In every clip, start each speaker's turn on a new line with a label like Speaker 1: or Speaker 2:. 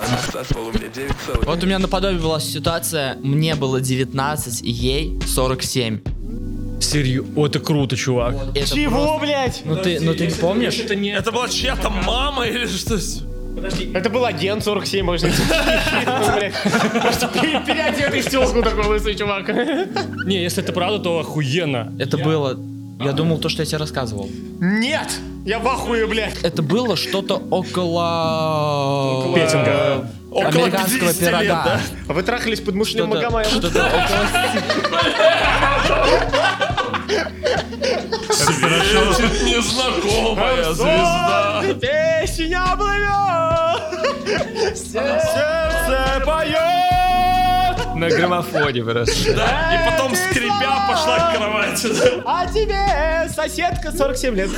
Speaker 1: Анастасова у меня 9,9.
Speaker 2: Вот у меня наподобие была ситуация, мне было 19, и ей 47.
Speaker 3: Серью. О, это круто, чувак.
Speaker 2: Это
Speaker 4: Чего, блядь?
Speaker 2: Ну ты, ну ты помнишь?
Speaker 3: Это не...
Speaker 5: Это была чья-то мама или что?
Speaker 4: Это был агент 47, можно сказать. Просто пере- переодетый стёлку такой лысый чувак.
Speaker 3: Не, если это правда, то охуенно.
Speaker 2: Это было... Я думал то, что я тебе рассказывал.
Speaker 4: Нет! Я в ахуе, блядь.
Speaker 2: Это было что-то около...
Speaker 3: Петинга.
Speaker 2: Американского
Speaker 5: 50 лет,
Speaker 2: пирога.
Speaker 5: да?
Speaker 4: А вы трахались под мышным
Speaker 2: Что-то
Speaker 4: Магомаем?
Speaker 2: что-то около...
Speaker 5: Незнакомая звезда.
Speaker 4: Песня плывет! Сердце поет!
Speaker 6: На граммофоне просто.
Speaker 5: Да, и потом
Speaker 4: Эти
Speaker 5: скрипя
Speaker 4: слова.
Speaker 5: пошла к кровати. да.
Speaker 4: А тебе соседка 47 лет.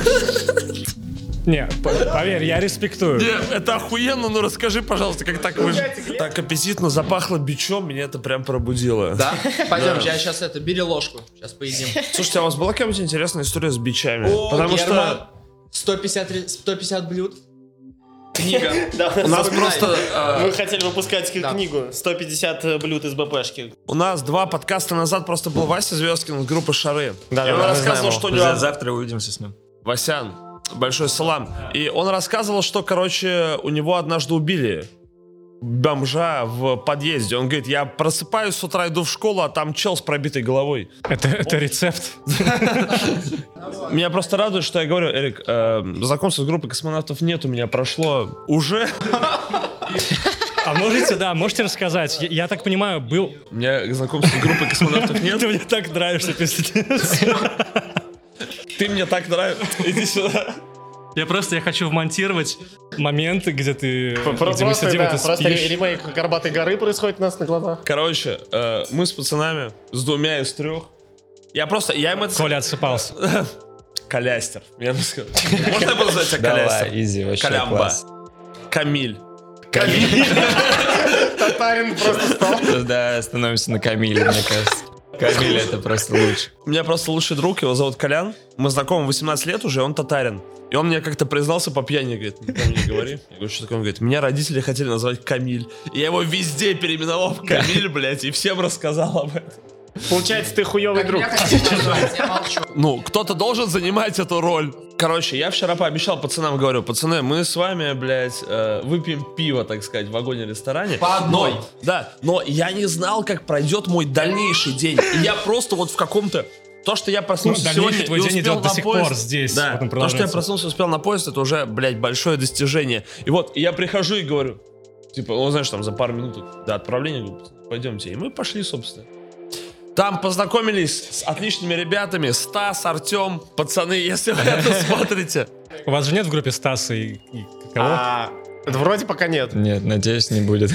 Speaker 3: Не, по- поверь, я респектую.
Speaker 5: Э, Это охуенно, ну расскажи, пожалуйста, как так вы... Так аппетитно запахло бичом, меня это прям пробудило.
Speaker 2: Да? Пойдем, я сейчас это, бери ложку. Сейчас поедим.
Speaker 5: Слушайте, а у вас была какая-нибудь интересная история с бичами? Потому что
Speaker 2: 150, ре- 150 блюд. Книга.
Speaker 5: у нас просто... э,
Speaker 4: Мы хотели выпускать
Speaker 2: Да.
Speaker 4: книгу 150 блюд из БПшки.
Speaker 5: У нас два подкаста назад просто был Вася Звездкин из группы «Шары».
Speaker 4: Да,
Speaker 5: и
Speaker 4: да,
Speaker 5: он
Speaker 4: да, мы
Speaker 5: рассказывал,
Speaker 4: знаем
Speaker 5: что у него...
Speaker 6: Друзья, завтра увидимся с ним.
Speaker 5: Васян, большой салам. И он рассказывал, что, короче, у него однажды убили бомжа в подъезде. Он говорит, я просыпаюсь с утра, иду в школу, а там чел с пробитой головой.
Speaker 3: Это, это рецепт.
Speaker 5: Меня просто радует, что я говорю, Эрик, э, знакомства с группой космонавтов нет, у меня прошло уже.
Speaker 3: А можете, да, можете рассказать? Я, я так понимаю, был...
Speaker 5: У меня знакомства с группой космонавтов нет.
Speaker 3: Ты мне так нравишься, пиздец.
Speaker 5: Ты мне так нравишься. Иди сюда.
Speaker 3: Я просто, я хочу вмонтировать моменты, где ты... где мы
Speaker 4: Просто,
Speaker 3: сидим,
Speaker 4: да,
Speaker 3: и ты
Speaker 4: просто
Speaker 3: спишь.
Speaker 4: ре- ремейк Горбатой горы происходит у нас на глазах.
Speaker 5: Короче, э, мы с пацанами, с двумя из трех. Я просто, я им это...
Speaker 3: Коля отсыпался.
Speaker 5: Колястер. Я бы сказал. Можно я буду звать тебя Колястер?
Speaker 6: Давай, изи, вообще
Speaker 5: Колямба.
Speaker 6: класс.
Speaker 5: Камиль.
Speaker 4: Татарин просто стал.
Speaker 6: Да, становимся на Камиле, мне кажется. Камиль это просто лучше.
Speaker 5: У меня просто лучший друг, его зовут Колян. Мы знакомы 18 лет уже, он татарин. И он мне как-то признался по пьяни, говорит, никому не говори. Я говорю, что такое? Он говорит, меня родители хотели назвать Камиль. И я его везде переименовал в Камиль, блядь, и всем рассказал об этом.
Speaker 4: Получается, ты хуёвый друг.
Speaker 2: Я молчу.
Speaker 5: Ну, кто-то должен занимать эту роль. Короче, я вчера пообещал пацанам, говорю, пацаны, мы с вами, блядь, э, выпьем пиво, так сказать, в вагоне-ресторане.
Speaker 2: По одной.
Speaker 5: Но- да, но я не знал, как пройдет мой дальнейший день. И я просто вот в каком-то... То, что я
Speaker 3: Ну,
Speaker 5: проснулся
Speaker 3: дальнейший
Speaker 5: сегодня
Speaker 3: твой
Speaker 5: и
Speaker 3: день
Speaker 5: успел
Speaker 3: идет до
Speaker 5: на
Speaker 3: сих
Speaker 5: поезд-
Speaker 3: пор здесь.
Speaker 5: Да,
Speaker 3: вот он
Speaker 5: то, что я
Speaker 3: продолжается.
Speaker 5: проснулся и успел на поезд, это уже, блядь, большое достижение. И вот, и я прихожу и говорю, типа, ну, знаешь, там за пару минут до отправления, говорю, пойдемте. И мы пошли, собственно. Там познакомились с отличными ребятами. Стас, Артем, пацаны, если вы это смотрите.
Speaker 3: У вас же нет в группе Стаса и, и кого?
Speaker 4: А, да Вроде пока нет.
Speaker 6: Нет, надеюсь, не будет.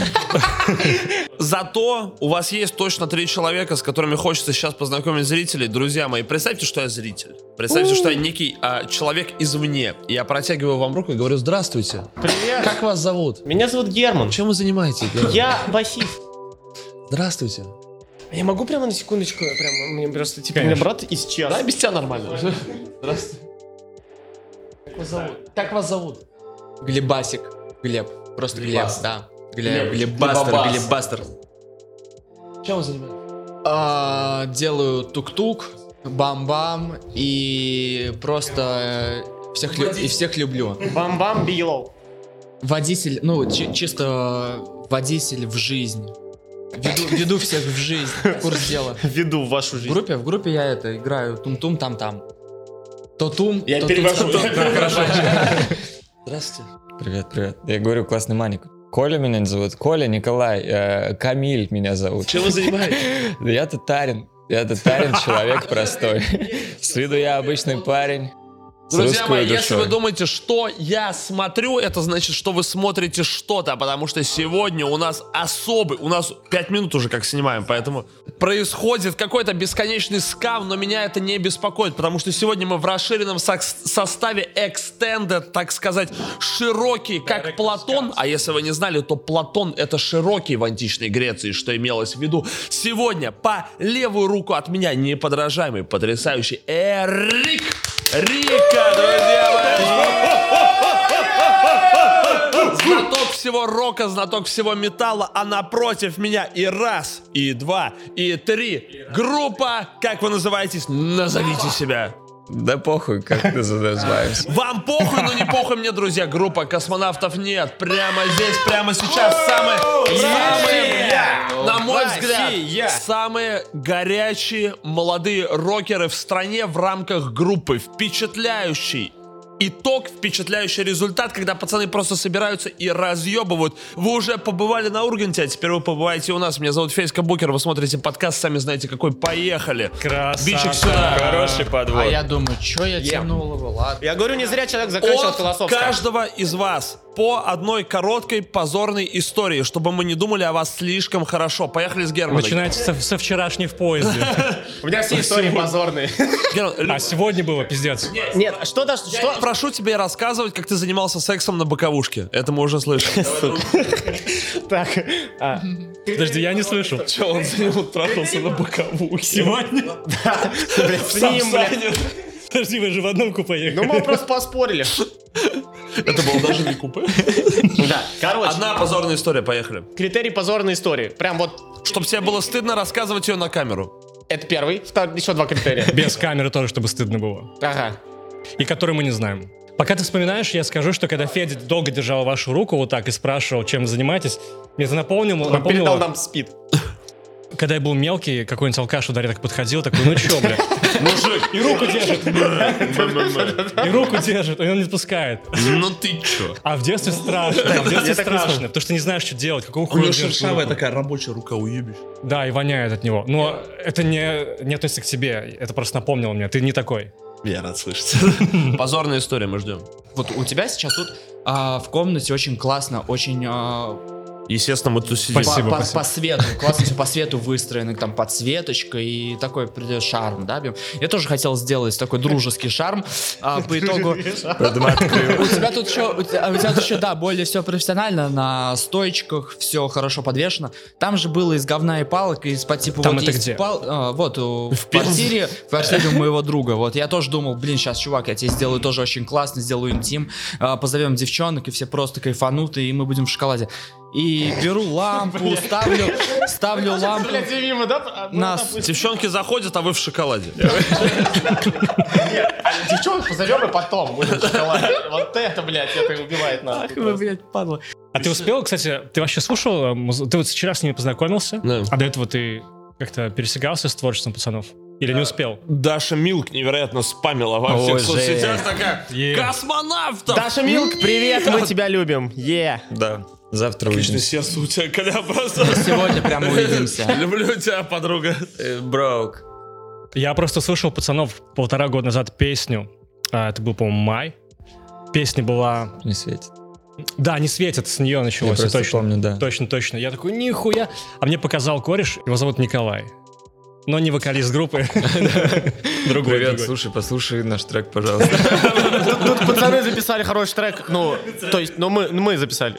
Speaker 5: Зато у вас есть точно три человека, с которыми хочется сейчас познакомить зрителей. Друзья мои, представьте, что я зритель. Представьте, что я некий а, человек извне. Я протягиваю вам руку и говорю, здравствуйте.
Speaker 4: Привет.
Speaker 5: Как вас зовут?
Speaker 4: Меня зовут Герман.
Speaker 5: Чем вы занимаетесь?
Speaker 4: Я басист.
Speaker 5: Здравствуйте.
Speaker 4: А Я могу прямо на секундочку? Прямо мне просто типа
Speaker 3: Конечно.
Speaker 4: мне брат исчез. Да, без тебя нормально.
Speaker 2: Как вас зовут? Глебасик. Глеб. Просто Глеб, да. Глеб.
Speaker 6: Глебабас.
Speaker 2: Глебастер, Глебастер.
Speaker 5: Чем вы занимаетесь?
Speaker 2: А, Делаю тук-тук, бам-бам и просто э, всех, лю- и всех люблю.
Speaker 4: Бам-бам, билоу.
Speaker 2: Водитель, ну, чи- чисто водитель в жизнь. Веду, веду всех в жизнь. Курс дела.
Speaker 4: Веду в вашу
Speaker 2: В
Speaker 4: жизнь.
Speaker 2: группе, в группе я это играю тум-тум там-там. То тум,
Speaker 4: Я
Speaker 2: то
Speaker 4: перевожу.
Speaker 2: тум-тум.
Speaker 5: Здравствуйте.
Speaker 6: Привет, привет. Я говорю, классный маник. Коля меня не зовут. Коля, Николай, э, Камиль меня зовут.
Speaker 5: Чем вы занимаетесь?
Speaker 6: Да я татарин. Я татарин, человек простой. С виду я обычный парень. С
Speaker 5: Друзья
Speaker 6: русской
Speaker 5: мои, если
Speaker 6: душой.
Speaker 5: вы думаете, что я смотрю, это значит, что вы смотрите что-то, потому что сегодня у нас особый, у нас 5 минут уже как снимаем, поэтому происходит какой-то бесконечный скам, но меня это не беспокоит, потому что сегодня мы в расширенном сок- составе Extended, так сказать, широкий, как Платон, а если вы не знали, то Платон это широкий в античной Греции, что имелось в виду. Сегодня по левую руку от меня неподражаемый, потрясающий Эрик Рика, друзья мои! знаток всего рока, знаток всего металла, а напротив меня и раз, и два, и три. Группа, как вы называетесь, назовите себя.
Speaker 6: Да похуй, как ты называешься.
Speaker 5: Вам похуй, но не похуй мне, друзья. Группа космонавтов нет. Прямо здесь, прямо сейчас. Самые, самые, на мой взгляд, самые горячие молодые рокеры в стране в рамках группы. Впечатляющий итог, впечатляющий результат, когда пацаны просто собираются и разъебывают. Вы уже побывали на Урганте, а теперь вы побываете у нас. Меня зовут Фейска Букер, вы смотрите подкаст, сами знаете какой. Поехали.
Speaker 3: Красавчик.
Speaker 5: Бичик сюда.
Speaker 6: Хороший подвод.
Speaker 2: А я думаю, что я тянула его, ладно.
Speaker 4: Я говорю, не зря человек заканчивал
Speaker 5: от
Speaker 4: философское.
Speaker 5: каждого из вас по одной короткой позорной истории, чтобы мы не думали о вас слишком хорошо. Поехали с Германом.
Speaker 3: Начинается со, со вчерашней в поезде.
Speaker 4: У меня все истории позорные.
Speaker 5: Герман, Лю-
Speaker 3: А сегодня было пиздец.
Speaker 4: Нет, что-то, что...
Speaker 5: прошу тебя рассказывать, как ты занимался сексом на боковушке. Это мы уже слышали.
Speaker 4: Так, а,
Speaker 3: Подожди, я не слышу.
Speaker 5: Че, он за него трахался на боковушке?
Speaker 3: Сегодня?
Speaker 4: блядь, с ним, блядь.
Speaker 3: Подожди, вы же в одном купе
Speaker 4: Ну,
Speaker 3: ехали.
Speaker 4: мы просто поспорили.
Speaker 5: Это было даже не купе.
Speaker 4: Да, короче.
Speaker 5: Одна позорная история, поехали.
Speaker 4: Критерий позорной истории. Прям вот
Speaker 5: Чтобы тебе было стыдно рассказывать ее на камеру.
Speaker 4: это первый, втор- еще два критерия.
Speaker 3: Без камеры тоже, чтобы стыдно было.
Speaker 4: Ага.
Speaker 3: и который мы не знаем. Пока ты вспоминаешь, я скажу, что когда Федя долго держал вашу руку вот так и спрашивал, чем занимаетесь, мне это напомнило,
Speaker 4: Он
Speaker 3: напомнило,
Speaker 4: передал нам спид.
Speaker 3: когда я был мелкий, какой-нибудь алкаш у Дарьи так подходил, такой, ну чё, бля,
Speaker 5: Мужик,
Speaker 3: и руку держит, и руку держит, и он не отпускает.
Speaker 5: ну ты чё?
Speaker 3: А в детстве страшно, а в детстве
Speaker 4: Я так не
Speaker 3: страшно, потому что не знаешь, что делать, какую
Speaker 5: У
Speaker 3: хуйню
Speaker 5: него
Speaker 3: держишь
Speaker 5: шершавая
Speaker 3: руку.
Speaker 5: такая рабочая рука, уебишь.
Speaker 3: Да, и воняет от него. Но это не, не относится к тебе, это просто напомнило мне, ты не такой.
Speaker 5: Я рад слышать. Позорная история, мы ждем.
Speaker 2: Вот у тебя сейчас тут а, в комнате очень классно, очень а,
Speaker 5: Естественно, мы тусили.
Speaker 2: по,
Speaker 3: Спасибо,
Speaker 2: по-
Speaker 3: спасибо.
Speaker 2: по свету, классно все по свету выстроено, там подсветочка и такой придет шарм, да? Бим? Я тоже хотел сделать такой дружеский шарм, а, по итогу... У тебя тут еще, у тебя, а у тебя тут еще, да, более все профессионально, на стоечках все хорошо подвешено. Там же было из говна и палок, и из по типу...
Speaker 3: Там
Speaker 2: вот
Speaker 3: это
Speaker 2: есть
Speaker 3: где?
Speaker 2: пал- а, вот, у- в квартире, в квартире у моего друга. Вот, я тоже думал, блин, сейчас, чувак, я тебе сделаю тоже очень классно, сделаю интим, а, позовем девчонок, и все просто кайфанут, и мы будем в шоколаде. И беру лампу, ставлю, ставлю лампу
Speaker 4: Блядь, и мимо, да?
Speaker 2: на...
Speaker 4: Нас.
Speaker 5: Девчонки заходят, а вы в шоколаде.
Speaker 4: Девчонок позовем и потом будем шоколад. Вот это, блядь, это убивает нас.
Speaker 2: Вы, блядь, падла.
Speaker 3: А ты успел, кстати, ты вообще слушал, э, муз- ты вот вчера с ними познакомился,
Speaker 5: Да.
Speaker 3: а до этого ты как-то пересекался с творчеством пацанов? Или
Speaker 6: А,
Speaker 3: не успел?
Speaker 5: Даша Милк невероятно спамила во всех
Speaker 2: Ой,
Speaker 5: соцсетях. Такая,
Speaker 3: Е.
Speaker 5: космонавтов!
Speaker 4: Даша Милк, привет, мы тебя любим. Е.
Speaker 6: Да. Завтра
Speaker 5: Отлично,
Speaker 6: увидимся.
Speaker 5: сердце у тебя, Коля, просто...
Speaker 2: Сегодня прямо увидимся.
Speaker 5: Люблю тебя, подруга.
Speaker 6: Броук.
Speaker 3: Я просто слышал пацанов полтора года назад песню, а, это был, по-моему, май. Песня была...
Speaker 6: Не светит.
Speaker 3: Да, не светят, с нее
Speaker 6: Я
Speaker 3: началось.
Speaker 6: просто
Speaker 3: точно,
Speaker 6: помню, да.
Speaker 3: точно, точно. Я такой, нихуя. А мне показал кореш, его зовут Николай. Но не вокалист группы. Другой,
Speaker 6: Привет,
Speaker 3: другой.
Speaker 6: слушай, послушай наш трек, пожалуйста.
Speaker 4: Тут, тут пацаны записали хороший трек. Ну, то есть, ну мы, мы записали.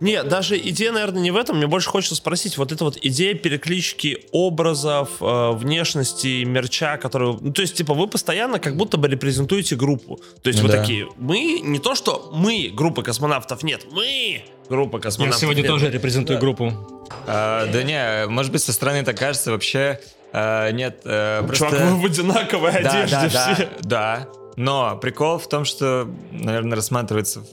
Speaker 5: Не, даже идея, наверное, не в этом. Мне больше хочется спросить, вот эта вот идея переклички образов, э, внешности, мерча, которую... Ну, то есть, типа, вы постоянно как будто бы репрезентуете группу. То есть,
Speaker 6: Ну
Speaker 5: вы
Speaker 6: да.
Speaker 5: такие, мы... Не то, что мы, группа космонавтов, нет, мы, группа
Speaker 3: Я
Speaker 5: космонавтов.
Speaker 3: сегодня
Speaker 5: нет.
Speaker 3: тоже репрезентую группу.
Speaker 6: А, Да не, может быть, со стороны так кажется, вообще а, нет. а,
Speaker 5: Чувак, ну,
Speaker 6: просто-
Speaker 5: вы в одинаковой
Speaker 6: Да,
Speaker 5: одежде
Speaker 6: да,
Speaker 5: все.
Speaker 6: да, да. Но прикол в том, что, наверное, рассматривается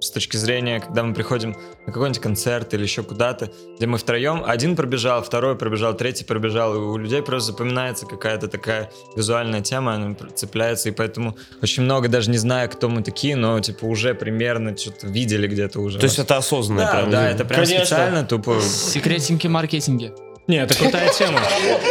Speaker 6: с точки зрения, когда мы приходим на какой-нибудь концерт или еще куда-то, где мы втроем, один пробежал, второй пробежал, третий пробежал, и у людей просто запоминается какая-то такая визуальная тема, она пр- цепляется, и поэтому очень много, даже не знаю, кто мы такие, но типа уже примерно что-то видели где-то уже.
Speaker 5: То есть, это осознанно.
Speaker 6: да,
Speaker 5: прям.
Speaker 6: да, это прям
Speaker 4: Конечно.
Speaker 6: специально тупо.
Speaker 2: Секретинки маркетинги.
Speaker 3: Не, это крутая тема.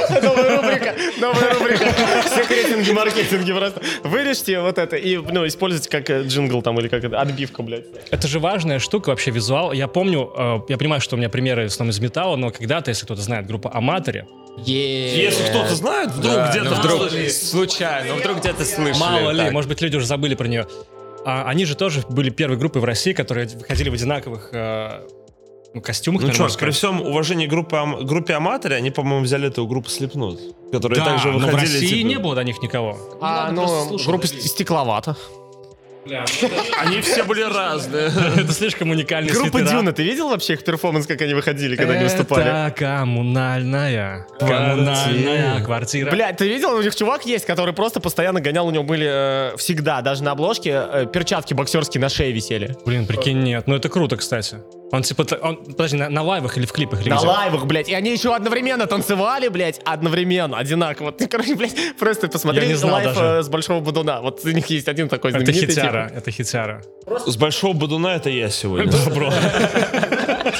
Speaker 4: Новая рубрика, новая рубрика. Секретинги, маркетинги просто. Вырежьте вот это и, ну, используйте как э, джингл там или как это, отбивка, блядь.
Speaker 3: Это же важная штука, вообще визуал. Я помню, э, я понимаю, что у меня примеры в основном из металла, но когда-то, если кто-то знает, группа Аматори,
Speaker 5: Если
Speaker 2: Если
Speaker 5: кто-то знает, вдруг
Speaker 6: Э, Да,
Speaker 5: где-то
Speaker 6: ну вдруг
Speaker 5: услышит.
Speaker 6: случайно, ну вдруг где-то слышали.
Speaker 5: Э,
Speaker 3: Мало ли,
Speaker 6: так. Ну,
Speaker 3: может быть, люди уже забыли про нее. А они же тоже были первой группой в России, которые выходили в одинаковых э, ну, костюмах.
Speaker 5: Ну
Speaker 3: наверное,
Speaker 5: чувак,
Speaker 3: можно
Speaker 5: при
Speaker 3: сказать.
Speaker 5: всем уважении группы, Ам- группе Аматори, они, по-моему, взяли эту группу Слепнут, которые
Speaker 3: да,
Speaker 5: также
Speaker 3: но в
Speaker 5: выходили...
Speaker 3: России
Speaker 5: типа,
Speaker 3: не было до них никого.
Speaker 4: А, ну, группа стекловата.
Speaker 5: Они все были разные.
Speaker 3: Это слишком уникальный
Speaker 4: Группа
Speaker 3: свитера.
Speaker 4: Дюна, ты видел вообще их перформанс, как они выходили, когда они выступали?
Speaker 3: Это коммунальная. Коммунальная квартира.
Speaker 4: Бля, ты видел, у них чувак есть, который просто постоянно гонял, у него были э, всегда, даже на обложке, э, перчатки боксерские на шее висели.
Speaker 3: Блин, прикинь, нет. Ну это круто, кстати. Он типа... та- Он, подожди, на, на лайвах или в клипах?
Speaker 4: На
Speaker 3: релизил?
Speaker 4: лайвах, блядь. И они еще одновременно танцевали, блядь, одновременно, одинаково. Ты, короче, блядь, просто посмотри
Speaker 3: Я не знал
Speaker 4: лайв
Speaker 3: даже.
Speaker 4: э, с Большого Будуна. Вот у них есть один такой
Speaker 3: Это
Speaker 4: знаменитый.
Speaker 3: хитяра,
Speaker 4: типа.
Speaker 3: это хитяра.
Speaker 5: С большого бодуна это я сегодня.
Speaker 3: Бро.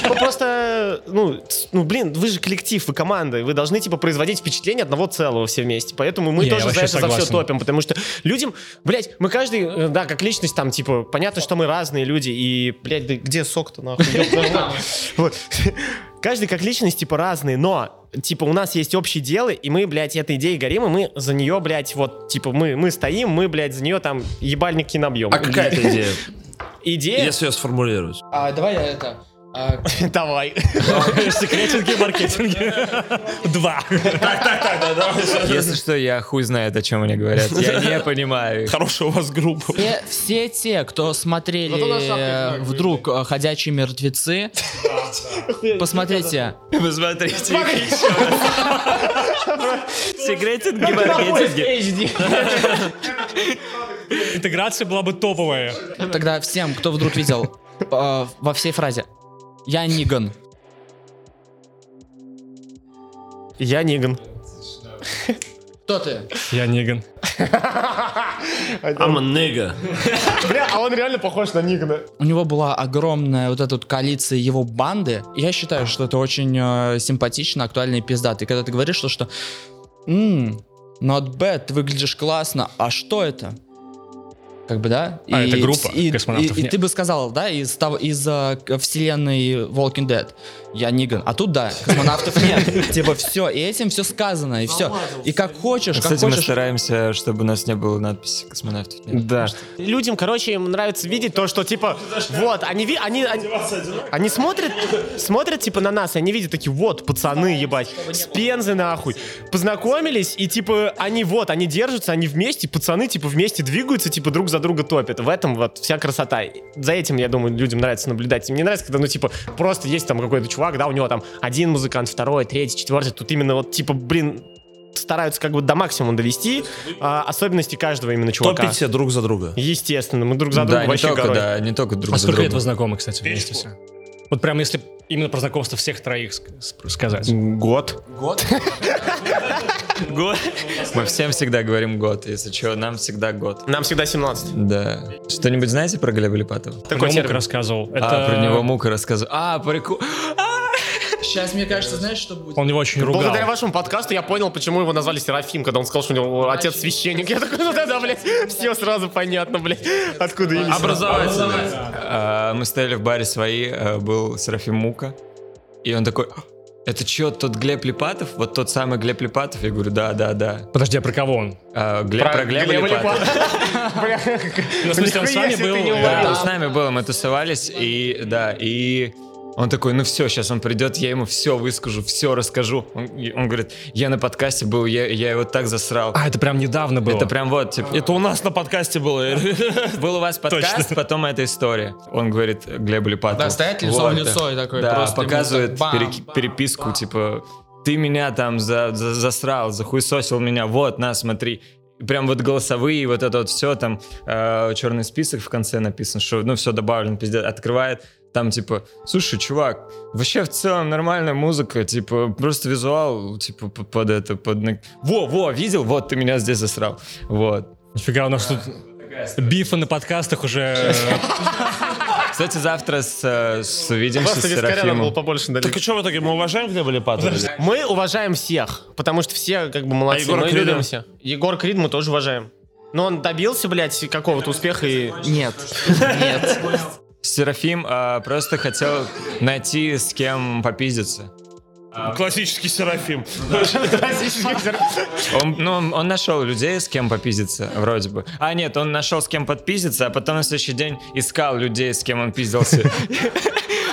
Speaker 4: Ну, просто, ну, ц- ну, блин, вы же коллектив, вы команда, и вы должны, типа, производить впечатление одного целого все вместе. Поэтому мы
Speaker 3: Не, я
Speaker 4: тоже за
Speaker 3: вообще
Speaker 4: это за все
Speaker 3: согласен.
Speaker 4: топим, потому что людям, блядь, мы каждый, э, да, как личность там, типа, понятно, что мы разные люди, и, блядь, да где сок-то, нахуй? ёб твою мать. Вот. Каждый как личность, типа, разный, но типа, у нас есть общее дело, и мы, блядь, этой идеей горим, и мы за нее, блядь, вот, типа, мы, мы стоим, мы, блядь, за нее там ебальники набьем.
Speaker 5: А какая это идея?
Speaker 4: Идея?
Speaker 5: Если ее сформулировать.
Speaker 2: А, давай я это... а,
Speaker 4: Давай.
Speaker 3: Секретинги, маркетинги. Два.
Speaker 6: Если что, я хуй знает, о чем они говорят. Я не понимаю. их.
Speaker 5: Хорошая у вас группа.
Speaker 2: Все, все те, кто смотрели э, вдруг э, «Ходячие мертвецы», посмотрите.
Speaker 6: Посмотрите. Секретинги, маркетинги.
Speaker 3: Интеграция была бы топовая.
Speaker 2: Тогда всем, кто вдруг видел, э, во всей фразе «Я Ниган».
Speaker 4: Я Ниган.
Speaker 2: Кто ты?
Speaker 3: Я Ниган.
Speaker 5: I'm a nigga.
Speaker 4: Бля, а он реально похож на Нигана.
Speaker 2: У него была огромная вот эта вот коалиция его банды. Я считаю, что это очень э, симпатично, актуально и пиздато. И когда ты говоришь, что, что «М, not bad, ты выглядишь классно, а что это? Как бы, да?
Speaker 3: А, это группа
Speaker 2: вс- и,
Speaker 3: космонавтов,
Speaker 2: и- и
Speaker 3: нет.
Speaker 2: ты бы сказал, да, из, того- из э, к- вселенной Walking Dead. Я Ниган. А тут да, космонавтов нет. Типа все, и этим все сказано, и все. И как
Speaker 3: А
Speaker 2: хочешь, как
Speaker 6: Кстати, мы
Speaker 2: хочешь.
Speaker 6: стараемся, чтобы у нас не было надписи космонавтов. нет.
Speaker 4: Да. Людям, короче, им нравится видеть то, что типа, вот, они, ви- они, они, они смотрят, смотрят типа на нас, и они видят такие, вот, пацаны, ебать, спензы нахуй, познакомились, и типа, они вот, они держатся, они вместе, пацаны типа вместе двигаются, типа друг за друга топят. В этом вот вся красота. И За этим, я думаю, людям нравится наблюдать. И Мне нравится, когда, ну, типа, просто есть там какой-то чувак, да, у него там один музыкант, второй, третий, четвертый, тут именно вот, типа, блин, стараются как бы до максимума довести а, особенности каждого именно чувака.
Speaker 5: Топите друг за друга.
Speaker 4: Естественно, мы друг за друга
Speaker 6: Да, не
Speaker 4: вообще
Speaker 6: только,
Speaker 4: горой.
Speaker 6: да, не только друг
Speaker 3: А
Speaker 6: за
Speaker 3: сколько лет вы
Speaker 6: другом.
Speaker 3: знакомы, кстати, вместе все? Вот прям если именно про знакомство всех троих ск- сп- сказать.
Speaker 4: Год.
Speaker 6: Мы всем всегда говорим год, если что, нам всегда год.
Speaker 4: Нам всегда 17.
Speaker 6: Да. Что-нибудь знаете про Глеба Липатова?
Speaker 3: Про
Speaker 4: Такой
Speaker 3: него Мука
Speaker 4: термин.
Speaker 3: рассказывал.
Speaker 6: А,
Speaker 3: Это-
Speaker 6: про него мука рассказываю. А, прикол.
Speaker 2: Сейчас, мне кажется, знаешь, что будет?
Speaker 3: Он его очень ругал.
Speaker 4: Благодаря вашему подкасту я понял, почему его назвали Серафим, когда он сказал, что у него отец священник. Я такой, ну да-да, блядь, все сразу понятно, блядь, откуда имя.
Speaker 5: Образовательно.
Speaker 6: А, Мы стояли в баре свои, а, был Серафим Мука, и он такой, «А, это чё, тот Глеб Липатов? Вот тот самый Глеб Липатов? Я говорю, да, да, да.
Speaker 3: Подожди, а про кого он?
Speaker 6: А, Глеб, про, Глеба, Липатова.
Speaker 4: Бля,
Speaker 3: Ну, в смысле, он с
Speaker 4: нихуя
Speaker 3: вами
Speaker 4: себе ты
Speaker 3: был,
Speaker 4: не
Speaker 3: да.
Speaker 6: Да,
Speaker 4: уловил.
Speaker 6: он с нами был, мы тусовались, и да, и он такой, ну все, сейчас он придет, я ему все выскажу, все расскажу. Он, он говорит, я на подкасте был, я, я его так засрал.
Speaker 3: А, это прям недавно было.
Speaker 6: Это прям вот, типа,
Speaker 5: Это у нас на подкасте было.
Speaker 6: был у вас подкаст, потом эта история. Он говорит Глебу Липатову.
Speaker 2: Да, стоят лицом в лицо и такой
Speaker 6: Да,
Speaker 2: просто ему
Speaker 6: показывает
Speaker 2: так бам,
Speaker 6: переки-
Speaker 2: бам,
Speaker 6: переписку, типа, ты меня там за, за- засрал, захуесосил меня, вот, на, смотри. И Прям вот голосовые, вот это вот все, там э, черный список в конце написан, что, ну, все добавлено, пиздец, открывает, там, типа, слушай, чувак, вообще в целом нормальная музыка, типа, просто визуал, типа, п- под это, под... на- Во, во, видел? Вот, ты меня здесь засрал. Вот.
Speaker 3: Нифига, у нас тут бифы на подкастах уже...
Speaker 6: Кстати, завтра с, э, с- увидимся с
Speaker 4: Просто вискаря надо было
Speaker 6: Серафимом.
Speaker 4: побольше налить.
Speaker 5: Так и что в итоге, мы уважаем Глеба Липатова?
Speaker 4: Мы уважаем всех, потому что все как бы молодцы.
Speaker 5: А Егора
Speaker 4: мы
Speaker 5: Крида?
Speaker 4: любим всех. Егор Крид мы тоже уважаем. Но он добился, блядь, какого-то успеха и...
Speaker 2: Нет. Нет.
Speaker 6: Серафим э, просто хотел найти с кем попиздиться.
Speaker 5: Классический Серафим.
Speaker 6: Он, ну, он- он нашел людей, с кем попиздиться, вроде бы. А, нет, он нашел с кем подпиздиться, а потом на следующий день искал людей, с кем он пиздился.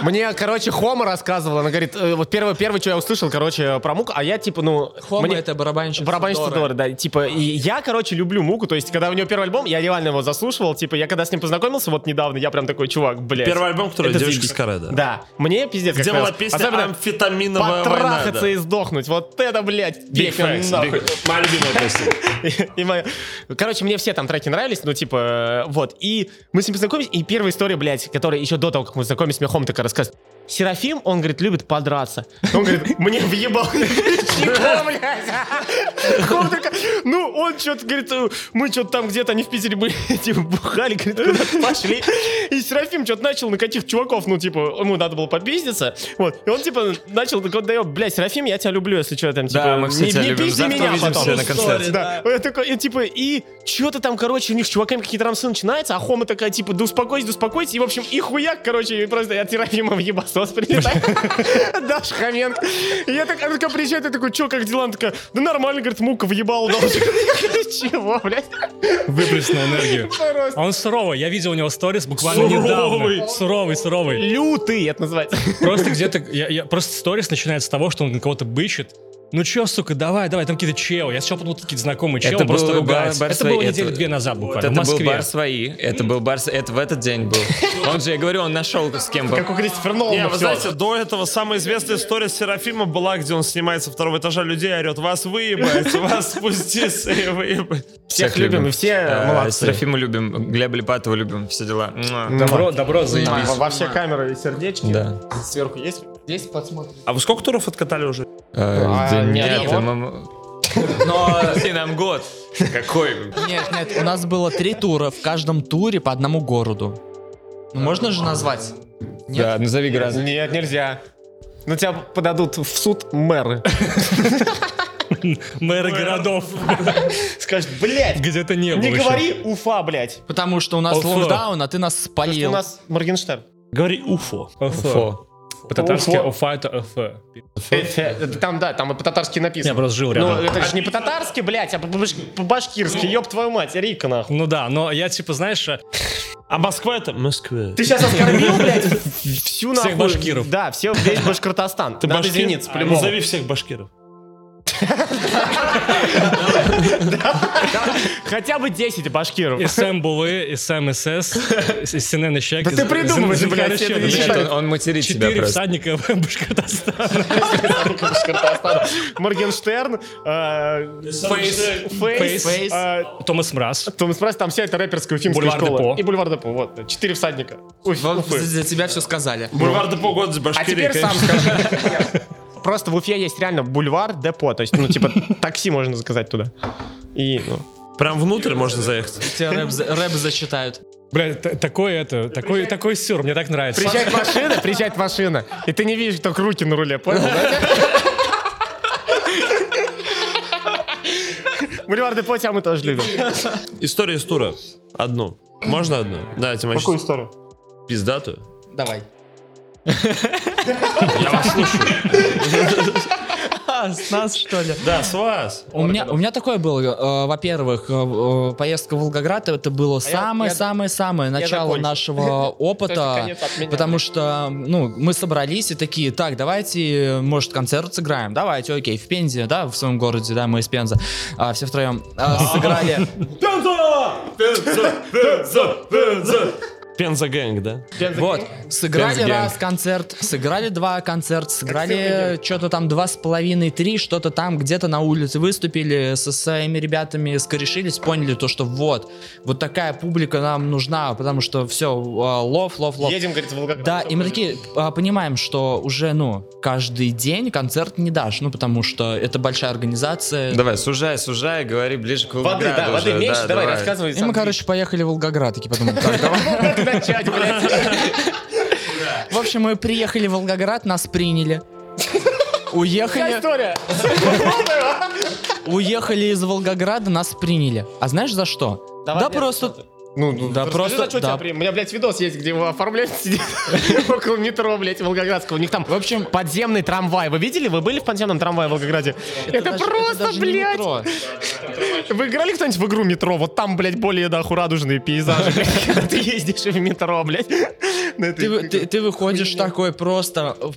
Speaker 4: Мне, короче, Хома рассказывала, она говорит, э, вот первое, первое, что я услышал, короче, про муку, а я, типа, ну...
Speaker 2: Хома
Speaker 4: мне-
Speaker 2: это барабанщик.
Speaker 4: Барабанщик
Speaker 2: Федора.
Speaker 4: Дора, да, типа, и я, короче, люблю муку, то есть, когда у него первый альбом, я реально его заслушивал, типа, я когда с ним познакомился, вот недавно, я прям такой, чувак, блядь.
Speaker 5: Первый альбом, который
Speaker 4: это
Speaker 5: «Девочка
Speaker 4: заебись».
Speaker 5: с каре», да.
Speaker 4: Да, мне пиздец, как
Speaker 5: Где была
Speaker 4: понравилось.
Speaker 5: песня
Speaker 4: Особенно
Speaker 5: «Амфетаминовая война».
Speaker 4: потрахаться
Speaker 5: да.
Speaker 4: и сдохнуть, вот это, блядь,
Speaker 5: Big
Speaker 4: бег
Speaker 5: Facts,
Speaker 4: нахуй.
Speaker 5: Big- Моя любимая песня.
Speaker 4: И моя- Короче, мне все там треки нравились, ну, типа, э, вот. И мы с ним познакомились, и первая история, блядь, которая еще до того, как мы познакомились, мне Хом такая рассказывает. Серафим, он, говорит, любит подраться. Он говорит, мне въебал. Чего, блядь? Хом такая, ну, он что-то, говорит, э, мы что-то там где-то, они в Питере были, типа, бухали, говорит, куда-то пошли. И Серафим что-то начал на каких чуваков, ну, типа, ему надо было попиздиться. Вот. И он, типа, начал, такой, да, блядь, Серафим, я тебя люблю, если что, там, типа,
Speaker 6: Да, мы все
Speaker 4: не-
Speaker 6: тебя
Speaker 4: не
Speaker 6: любим.
Speaker 4: пизди
Speaker 6: Завтра
Speaker 4: меня потом.
Speaker 6: увидимся на концерте.
Speaker 4: Да. Я такой, и, типа, и что-то там, короче, у них с чуваками какие-то рамсы начинаются, а Хома такая, типа, да успокойся, да успокойся. И, в общем, и хуяк, короче, и просто от Серафима в ебасос прилетает. Даша Хоменко. И я так, она такая приезжает, я такой, чё, как дела? Она такая, да нормально, говорит, мука въебала должен. Чего, блядь?
Speaker 3: Выплеснул энергию.
Speaker 4: Просто.
Speaker 3: А Он суровый, я видел у него сторис буквально
Speaker 5: Суровый.
Speaker 3: недавно. Суровый, суровый.
Speaker 4: Лютый, это называется.
Speaker 3: Просто где-то, я, я- просто сторис начинается с того, что он на кого-то бычит. Ну чё, сука, давай, давай, там какие-то челы. Я сначала подумал, какие-то знакомые челы,
Speaker 6: Это
Speaker 3: просто
Speaker 6: был
Speaker 3: ругаются.
Speaker 6: бар- бар
Speaker 3: это было
Speaker 6: свои-
Speaker 3: недели
Speaker 6: это-
Speaker 3: две назад
Speaker 6: Вот
Speaker 3: буквально,
Speaker 6: это
Speaker 3: в
Speaker 6: был
Speaker 3: ну, Москве.
Speaker 6: бар свои, это был бар, с- это в этот день был. Он же, я говорю, он нашел с кем был.
Speaker 4: Как у Кристофера Нолана
Speaker 5: Не, вы
Speaker 4: всё.
Speaker 5: знаете, до этого самая известная история Серафима была, где он снимает со второго этажа людей и орет «Вас выебать! Вас спусти, выебать!»
Speaker 4: всех любим, и все
Speaker 6: Э,
Speaker 4: молодцы.
Speaker 6: Серафиму любим, Глеба Липатова любим, все дела. Муа.
Speaker 3: Добро, добро,
Speaker 4: Во-
Speaker 3: заебись.
Speaker 4: Во все камеры и сердечки.
Speaker 6: Да.
Speaker 4: Сверху есть?
Speaker 2: Здесь подсмотрим.
Speaker 5: А вы сколько туров откатали уже?
Speaker 6: Э, Да
Speaker 4: А,
Speaker 6: нет,
Speaker 4: нет.
Speaker 6: по-моему-
Speaker 2: Но
Speaker 6: Подожди, нам год. Какой?
Speaker 2: нет, нет, у нас было три тура, в каждом туре по одному городу. Ну, Можно же назвать?
Speaker 6: Да, назови гораздо.
Speaker 4: Нет, нельзя. Ну тебя подадут в суд мэры.
Speaker 3: Мэры городов.
Speaker 4: Скажет, блядь,
Speaker 3: Где-то не было
Speaker 4: не
Speaker 3: ещё.
Speaker 4: говори Уфа, блядь.
Speaker 2: Потому что у нас
Speaker 3: Алфа.
Speaker 2: локдаун, а ты нас
Speaker 4: Потому что
Speaker 2: спалил.
Speaker 4: у нас Моргенштерн.
Speaker 5: Говори «Уфо».
Speaker 3: Уфо. По-татарски
Speaker 4: Уфо.
Speaker 3: Уфа это Уфа.
Speaker 4: Э, э, Там, да, там и по-татарски
Speaker 3: Я
Speaker 4: написано.
Speaker 3: просто жил
Speaker 4: Ну,
Speaker 3: рядом.
Speaker 4: это же не по-татарски, блядь, а по-баш- по-башкирски, ёб твою мать, Рика, нахуй.
Speaker 3: Ну да, но я типа, знаешь, э,
Speaker 5: А Москва это? Москва.
Speaker 4: Ты сейчас оскорбил, блядь, всю нахуй.
Speaker 3: Всех башкиров.
Speaker 4: Да, все, весь Башкортостан. Ты Надо
Speaker 5: башкир?
Speaker 4: извиниться,
Speaker 5: А,
Speaker 4: по-любому.
Speaker 5: Назови всех башкиров.
Speaker 4: Хотя бы 10 башкиров.
Speaker 3: СМ Булы, СМ СС, СНН Ищек.
Speaker 4: Да ты придумываешь, блядь, это
Speaker 6: Нет, он- он материт тебя
Speaker 3: Четыре
Speaker 6: просто.
Speaker 3: всадника Башкортостана.
Speaker 4: Башкортостана. Моргенштерн, э,
Speaker 5: Фейс.
Speaker 4: Фейс,
Speaker 2: Фейс.
Speaker 4: э,
Speaker 3: Томас Мраз.
Speaker 4: Том спросит, там вся эта рэперская уфимская
Speaker 3: Бульвар
Speaker 4: школа.
Speaker 3: Депо.
Speaker 4: И Бульвар Депо, вот. Четыре всадника. Уф,
Speaker 2: Вот
Speaker 4: Уфы.
Speaker 2: за тебя все сказали.
Speaker 5: Бульвар Депо год с
Speaker 4: А
Speaker 5: Башкирией,
Speaker 4: теперь сам
Speaker 5: конечно.
Speaker 4: скажи. Просто в Уфе есть реально бульвар депо, то есть, ну, типа, такси можно заказать туда. И, ну,
Speaker 5: Прям внутрь можно заехать.
Speaker 2: Тебя рэп, за- рэп зачитают.
Speaker 3: Блядь, т- такой это, такой, такой сюр, мне так нравится.
Speaker 4: приезжает машина, приезжает машина, и ты не видишь, только руки на руле, понял, да? Бульвар депо тебя мы тоже любим.
Speaker 5: История из тура. Одну. Можно одну? Да, Тимофей. Какую историю? Пиздатую.
Speaker 2: Давай.
Speaker 5: Я вас слушаю.
Speaker 2: А, с нас, что ли?
Speaker 5: Да, с вас.
Speaker 2: У меня, у меня такое было. э, во-первых, э, э, поездка в Волгоград это было
Speaker 4: А
Speaker 2: самое-самое-самое начало
Speaker 4: закончил.
Speaker 2: нашего
Speaker 4: Это
Speaker 2: опыта.
Speaker 4: конец от меня.
Speaker 2: Потому что, ну, мы собрались и такие, так, давайте, может, концерт сыграем. Давайте, окей, в Пензе, да, в своем городе, да, мы из Пенза. А, все втроем а, сыграли.
Speaker 5: Пенза Гэнг, да?
Speaker 2: Вот, сыграли
Speaker 5: Dance Gang.
Speaker 2: раз концерт, сыграли два концерта, сыграли что-то там два с половиной, три, что-то там где-то на улице выступили, со своими ребятами скорешились, поняли то, что вот, вот такая публика нам нужна, потому что все, лов, лов, лов.
Speaker 4: Едем, говорит, в Волгоград.
Speaker 2: Да, и мы такие а, понимаем, что уже, ну, каждый день концерт не дашь, ну, потому что это большая организация.
Speaker 6: Давай, сужай, сужай, говори ближе к
Speaker 4: Воды, да,
Speaker 6: Волгограду
Speaker 4: воды
Speaker 6: уже,
Speaker 4: меньше,
Speaker 6: да,
Speaker 4: давай, рассказывай.
Speaker 2: И мы, короче, поехали в Волгоград, такие подумали, так, давай.
Speaker 4: начать, блядь.
Speaker 2: В общем, мы приехали в Волгоград, нас приняли. Уехали.
Speaker 4: История.
Speaker 2: Уехали из Волгограда, нас приняли. А знаешь за что?
Speaker 4: Давай,
Speaker 2: да
Speaker 4: нет,
Speaker 2: просто
Speaker 4: что ты. Ну, ну,
Speaker 2: Да
Speaker 4: расскажи,
Speaker 2: просто-
Speaker 4: за что тебя
Speaker 2: да.
Speaker 4: при- У меня, блядь, видос есть, где его оформляют, сидит около метро, блядь, Волгоградского. У них там, в общем, подземный трамвай. Вы видели? Вы были в подземном трамвае в Волгограде? Это
Speaker 2: даже-
Speaker 4: просто,
Speaker 2: даже не
Speaker 4: блядь.
Speaker 2: метро.
Speaker 4: Вы играли кто-нибудь в игру метро? Вот там, блядь, более нахуй радужные пейзажи, блядь, когда ты ездишь в метро, блядь. Ну, На этой-
Speaker 2: Ты, вы- ты- ты выходишь такой просто... э,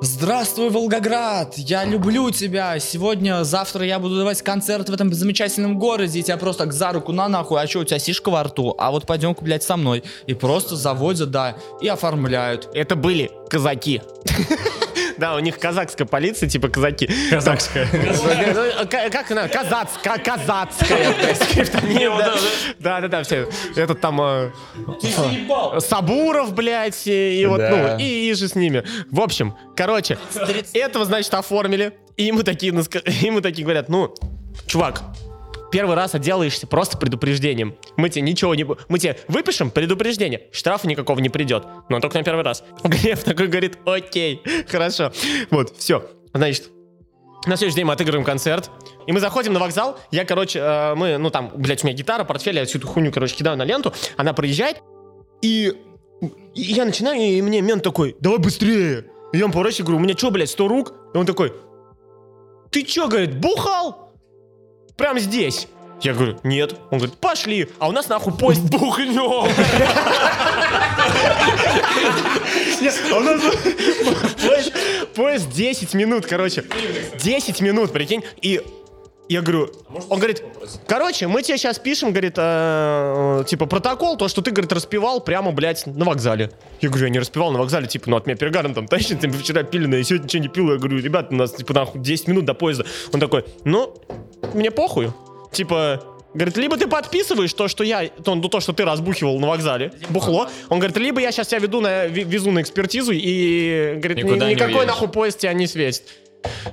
Speaker 2: Здравствуй, Волгоград! Я люблю тебя! Сегодня, завтра я буду давать концерт в этом замечательном городе, и тебя просто так за руку на нахуй, а что, у тебя сишка во рту? А вот пойдем-ка, блядь, со мной. И просто заводят, да, и оформляют.
Speaker 4: Это были казаки. Да, у них казахская полиция, типа казаки.
Speaker 3: Казахская.
Speaker 4: Ну, к- Как она? Казацкая. Казацкая. то есть, скриптонит, да. Да, да, да, все. Этот там... э, Сабуров, блядь, и и вот,
Speaker 6: Да.
Speaker 4: ну, и, и же с ними. В общем, короче, этого, значит, оформили, и ему такие, наска- ему такие говорят, ну, чувак, первый раз отделаешься просто предупреждением. Мы тебе ничего не... бу- Мы тебе выпишем предупреждение, штрафа никакого не придет, но только на первый раз. Глеб такой говорит, окей, хорошо. Вот, все. Значит, на следующий день мы отыгрываем концерт. И мы заходим на вокзал. Я, короче, э, мы, ну там, блядь, у меня гитара, портфель, я всю эту хуйню, короче, кидаю на ленту. Она проезжает, и, и я начинаю, и мне мент такой, давай быстрее. И я ему поворачиваюсь, говорю, у меня что, блядь, 100 рук? И он такой, ты чё, говорит, бухал? Прям здесь. Я говорю, нет. Он говорит, пошли, а у нас нахуй поезд бухнем. Поезд- Поезд 10 минут, короче. 10 минут, прикинь. И я говорю,
Speaker 6: А
Speaker 4: он говорит, короче, мы тебе сейчас пишем, говорит, э, типа, протокол, то, что ты, говорит, распевал прямо, блядь, на вокзале. Я говорю, я не распевал на вокзале, типа, ну, от меня перегаром там тащит, типа, вчера пили, и сегодня ничего не пил. Я говорю, ребят, у нас, типа, нахуй 10 минут до поезда. Он такой, ну, мне похуй. Типа, говорит, либо ты подписываешь то, что я, то, ну, то, что ты разбухивал на вокзале,
Speaker 6: Типа,
Speaker 4: бухло. Он говорит, либо я сейчас тебя веду на, ви- везу на экспертизу, и, говорит,
Speaker 6: Никуда
Speaker 4: ни-
Speaker 6: не
Speaker 4: никакой
Speaker 6: уедешь.
Speaker 4: нахуй поезд тебя не светит.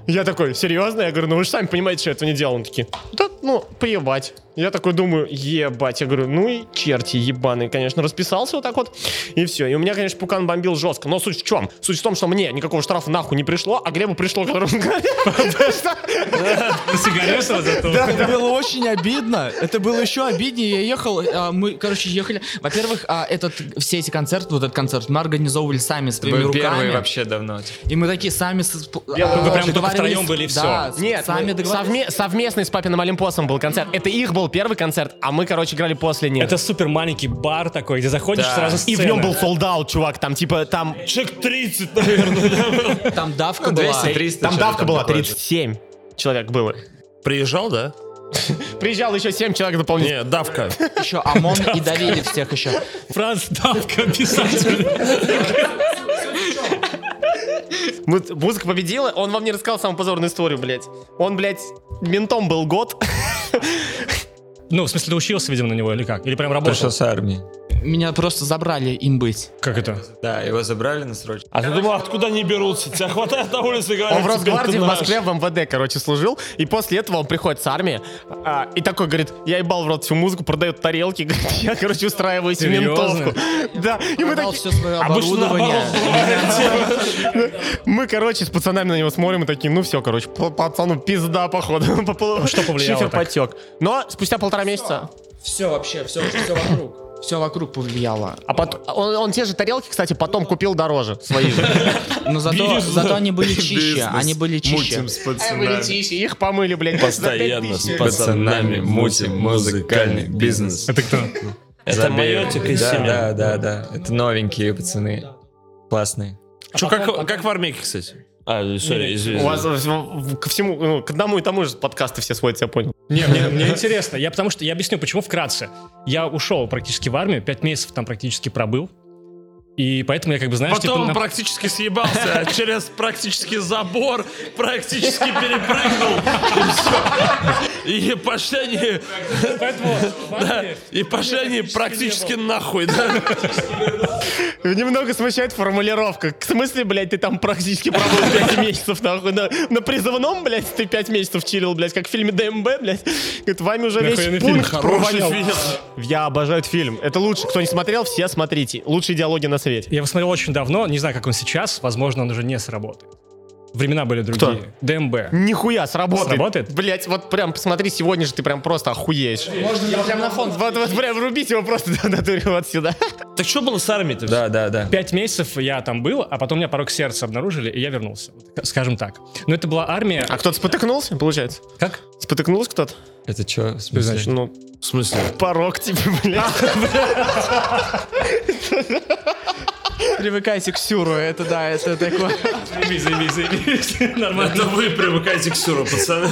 Speaker 4: Я такой, серьезно? Я говорю, ну вы же сами понимаете, что я этого не делал. Он такие, да, ну, поебать. Я такой думаю, ебать. Я говорю, ну и черти ебаные, конечно, расписался вот так вот. И все. И у меня, конечно, пукан бомбил жестко. Но суть в чем? Суть в том, что мне никакого штрафа нахуй не пришло, а Глебу пришло,
Speaker 2: Ну,
Speaker 4: который он говорил. Потому что-
Speaker 3: За сигарету зато.
Speaker 2: Это было очень обидно. Это было еще обиднее. Я ехал, а, мы, короче, ехали. Во-первых, а, этот, все эти концерты, вот этот концерт, мы организовывали сами своими
Speaker 6: Был
Speaker 2: руками.
Speaker 6: первый вообще давно. типа.
Speaker 2: И мы такие сами... с- а,
Speaker 3: Вы прям только
Speaker 2: договорились-
Speaker 3: втроем были, и всё.
Speaker 2: Да,
Speaker 4: Нет,
Speaker 2: сами
Speaker 4: мы-
Speaker 2: договорились.
Speaker 4: совме- совместный с папиным Олимпосом был концерт. Это их был первый концерт, а мы, короче, играли после них.
Speaker 3: Это супер маленький бар такой, где заходишь
Speaker 6: Да.
Speaker 3: сразу
Speaker 4: И
Speaker 3: сцена.
Speaker 4: в нем был солдат, чувак, там типа там
Speaker 3: человек 30, наверное.
Speaker 2: Там давка
Speaker 6: Ну,
Speaker 2: была.
Speaker 6: 200, 300.
Speaker 4: там
Speaker 6: что-то
Speaker 4: давка была
Speaker 6: такое же.
Speaker 4: 37 человек было.
Speaker 5: Приезжал, да?
Speaker 4: Приезжал еще 7 человек дополнительно.
Speaker 5: Не, давка.
Speaker 2: Еще ОМОН и давили всех еще.
Speaker 3: Франц Давка, писатель.
Speaker 4: Мы- Музыка победила, он вам не рассказал самую позорную историю, блядь. Он, блядь, ментом был год.
Speaker 3: Ну, в смысле, ты учился, видимо, на него или как? Или прям
Speaker 6: Пришел
Speaker 3: работал?
Speaker 6: с армии.
Speaker 2: Меня просто забрали им быть.
Speaker 3: Как это?
Speaker 6: Да, его забрали на срочку.
Speaker 5: А ты думал, откуда они берутся? Тебя хватает на улице и говорят,
Speaker 4: Он в
Speaker 5: «Теперь ты
Speaker 4: Росгвардии в
Speaker 5: наш».
Speaker 4: Москве, в МВД, короче, служил. И после этого он приходит с армии а, и такой говорит, я ебал в рот всю музыку, продает тарелки. Говорит, я, короче, устраиваюсь в
Speaker 3: Серьёзно?
Speaker 4: ментовку. Да, и мы
Speaker 2: Продал
Speaker 4: такие...
Speaker 2: все свое
Speaker 5: Обычно
Speaker 2: оборудование.
Speaker 4: Мы, короче, с пацанами на него смотрим и такие, ну все, короче, п- пацану пизда, походу.
Speaker 3: Что повлияло
Speaker 4: Шифер
Speaker 3: так?
Speaker 4: потек. Но спустя полтора месяца...
Speaker 2: Все вообще, все, все вокруг. Все вокруг повлияло.
Speaker 4: А пот- он, он те же тарелки, кстати, потом купил дороже свои же.
Speaker 2: Но зато, зато они были чище.
Speaker 6: Бизнес.
Speaker 2: Они были чище.
Speaker 6: Мутим с пацанами.
Speaker 4: Их помыли, блядь.
Speaker 5: Постоянно с
Speaker 6: Пацанами
Speaker 5: пацанами
Speaker 6: мутим музыкальный бизнес.
Speaker 3: Это кто?
Speaker 5: Это мое и
Speaker 6: Да,
Speaker 5: семя.
Speaker 6: да, да, да. Это новенькие пацаны. Классные.
Speaker 5: Чё, как, как в армейке, кстати? А, сори, извини.
Speaker 4: У вас э, в- ко всему, ну, к одному и тому же подкасты все сводятся, я понял.
Speaker 3: Не, мне, мне интересно. Я потому что я объясню, почему вкратце. Я ушел практически в армию, пять месяцев там практически пробыл. И поэтому я как бы, знаешь,
Speaker 5: Потом
Speaker 3: типа, на-
Speaker 5: практически съебался, а через практически забор практически перепрыгнул. И все. И пошли они,
Speaker 3: поэтому в армии-
Speaker 5: и пошли они практически нахуй, да?
Speaker 4: Немного смущает формулировка. В смысле, блядь, ты там практически пробыл 5 месяцев, нахуй. На, на призывном, блядь, ты 5 месяцев чилил, блядь, как в фильме ДМБ, блядь. Говорит, вами уже весь
Speaker 3: Охуенный фильм,
Speaker 4: пункт
Speaker 5: Хороший
Speaker 4: провалил.
Speaker 5: фильм.
Speaker 4: Я обожаю этот фильм. Это лучше. Кто не смотрел, все смотрите. Лучшие диалоги на свете.
Speaker 3: Я его смотрел очень давно, не знаю, как он сейчас, возможно, он уже не сработает. Времена были другие. ДМБ.
Speaker 4: Нихуя, сработает.
Speaker 3: Сработает?
Speaker 4: Блять, вот прям посмотри, сегодня же ты прям просто охуеешь.
Speaker 2: Можно я прям на фон.
Speaker 4: Вот, вот прям рубить его просто на натуре вот сюда.
Speaker 5: Так что было с армией-то?
Speaker 6: Да, да, да.
Speaker 3: Пять месяцев я там был, а потом у меня порог сердца обнаружили, и я вернулся. Вот, Скажем так. Но это была армия...
Speaker 4: А кто-то спотыкнулся, получается?
Speaker 3: Как?
Speaker 4: Спотыкнулся кто-то?
Speaker 6: Это что?
Speaker 4: Ну,
Speaker 5: В смысле?
Speaker 4: порог тебе, блядь.
Speaker 2: Привыкайте к сюру, это да, это такое.
Speaker 3: Заебись, заебись, заебись. Нормально.
Speaker 5: Это вы привыкаете к сюру, пацаны.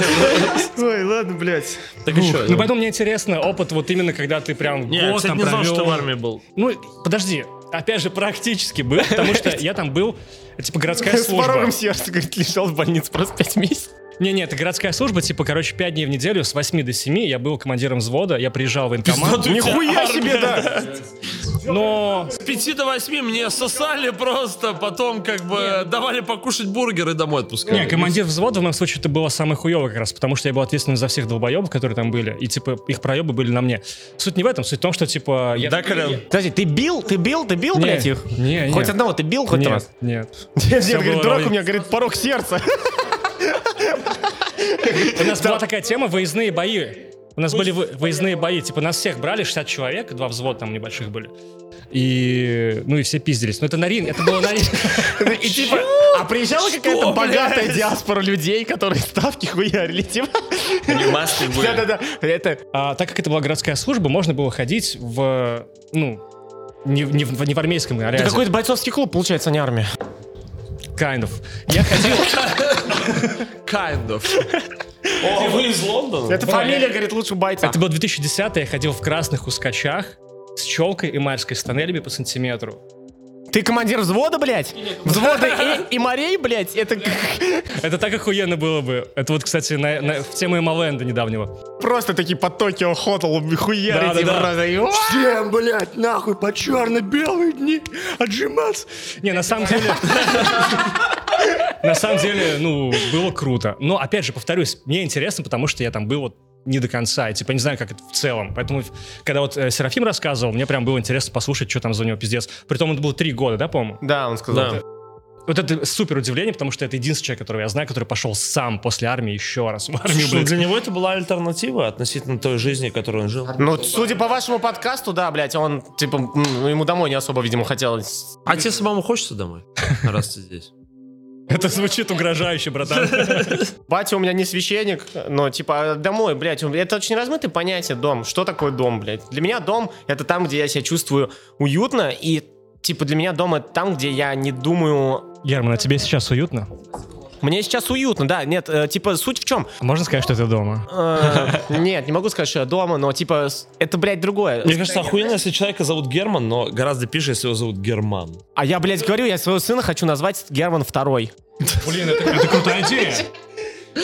Speaker 4: Ой, ладно, блядь.
Speaker 5: Так еще.
Speaker 3: Ну, поэтому мне интересно опыт вот именно, когда ты прям
Speaker 5: Не, я,
Speaker 3: год
Speaker 5: кстати,
Speaker 3: там
Speaker 5: не знал,
Speaker 3: провел.
Speaker 5: что в армии был.
Speaker 3: Ну, подожди. Опять же, практически был, потому что я там был, типа, городская
Speaker 4: С
Speaker 3: служба.
Speaker 4: порогом сердца, говорит, лежал в больнице просто пять месяцев.
Speaker 3: Не-не, это городская служба, типа, короче, 5 дней в неделю, с 8 до 7 я был командиром взвода, я приезжал в военкомат,
Speaker 4: Нихуя себе, да.
Speaker 3: но...
Speaker 5: С 5 типа до 8 мне сосали просто, потом как бы давали покушать бургер и домой отпускали.
Speaker 3: Не, командир взвода в моем случае это было самое хуевое как раз, потому что я был ответственным за всех долбоебов, которые там были, и, типа, их проебы были на мне. Суть не в этом, суть в том, что, типа... Я...
Speaker 6: Да, Карел?
Speaker 4: Подожди, ты бил, ты бил, ты бил,
Speaker 3: Не,
Speaker 4: блядь, их?
Speaker 3: не, не.
Speaker 4: Хоть одного ты бил хоть раз?
Speaker 3: Нет, нет.
Speaker 4: Нет,
Speaker 3: Всё
Speaker 4: нет, говорит,
Speaker 3: было
Speaker 4: дурак у
Speaker 3: ровно.
Speaker 4: меня, говорит, порог сердца.
Speaker 3: У нас была такая тема выездные бои. У нас были вы- выездные бои, типа нас всех брали, 60 человек, два взвода там небольших были. И, ну и все пиздились. Но это на ринг, это было на ринг.
Speaker 4: И типа, а приезжала какая-то богатая диаспора людей, которые ставки хуярили, типа.
Speaker 6: Они в масках были.
Speaker 4: Да-да-да, это...
Speaker 3: А так как это была городская служба, можно было ходить в, ну, не, не в, не в армейском наряде.
Speaker 4: Это какой-то бойцовский клуб, получается, а не армия.
Speaker 3: Kind of. Я ходил...
Speaker 5: Kind of. О, вы из Лондона?
Speaker 4: Это фамилия, говорит, лучше бойца.
Speaker 3: Это был 2010 я ходил в красных ускачах с челкой и мальской с тоннелями по сантиметру.
Speaker 4: Ты командир взвода, блядь? Взвода и, и морей, блядь? Это как-
Speaker 3: Это так охуенно было бы. Это вот, кстати, на, на- в тему Эмоленда недавнего.
Speaker 4: просто такие по Токио хотл хуярите.
Speaker 3: Да-да-да.
Speaker 4: просто, и-
Speaker 1: Всем, блядь, нахуй по черно-белые дни отжиматься.
Speaker 3: Не, на самом деле... На самом деле, ну, было круто. Но, опять же, повторюсь, мне интересно, потому что я там был вот не до конца, и, типа, не знаю, как это в целом. Поэтому, когда вот э, Серафим рассказывал, мне прям было интересно послушать, что там за у него пиздец. Притом это было три года, да, по-моему?
Speaker 4: Да, он сказал.
Speaker 5: Да.
Speaker 3: Вот это супер удивление, потому что это единственный человек, которого я знаю, который пошел сам после армии еще раз в армию.
Speaker 5: Слушай, ну
Speaker 3: блядь.
Speaker 5: для него это была альтернатива относительно той жизни, которой он жил.
Speaker 4: Ну, судя по вашему подкасту, да, блядь, он, типа, м, ну, ему домой не особо, видимо, хотелось.
Speaker 5: А тебе самому хочется домой, раз ты здесь?
Speaker 3: Это звучит угрожающе, братан.
Speaker 4: Батя у меня не священник, но, типа, а домой, блядь, он- это очень размытое понятие дом. Что такое дом, блядь? Для меня дом — это там, где я себя чувствую уютно, и, типа, для меня дом — это там, где я не думаю...
Speaker 3: Герман, а тебе сейчас уютно?
Speaker 4: Мне сейчас уютно, да, нет, э, типа, суть в чем?
Speaker 3: А Можно сказать, что ты дома?
Speaker 4: Э, Нет, не могу сказать, что я дома, но типа с- это, блядь, другое.
Speaker 5: Мне кажется, охуенно, если человека зовут Герман, но гораздо пиже, если его зовут Герман.
Speaker 4: А я, блядь, говорю, я своего сына хочу назвать Герман Второй.
Speaker 3: Блин, это, это крутая идея.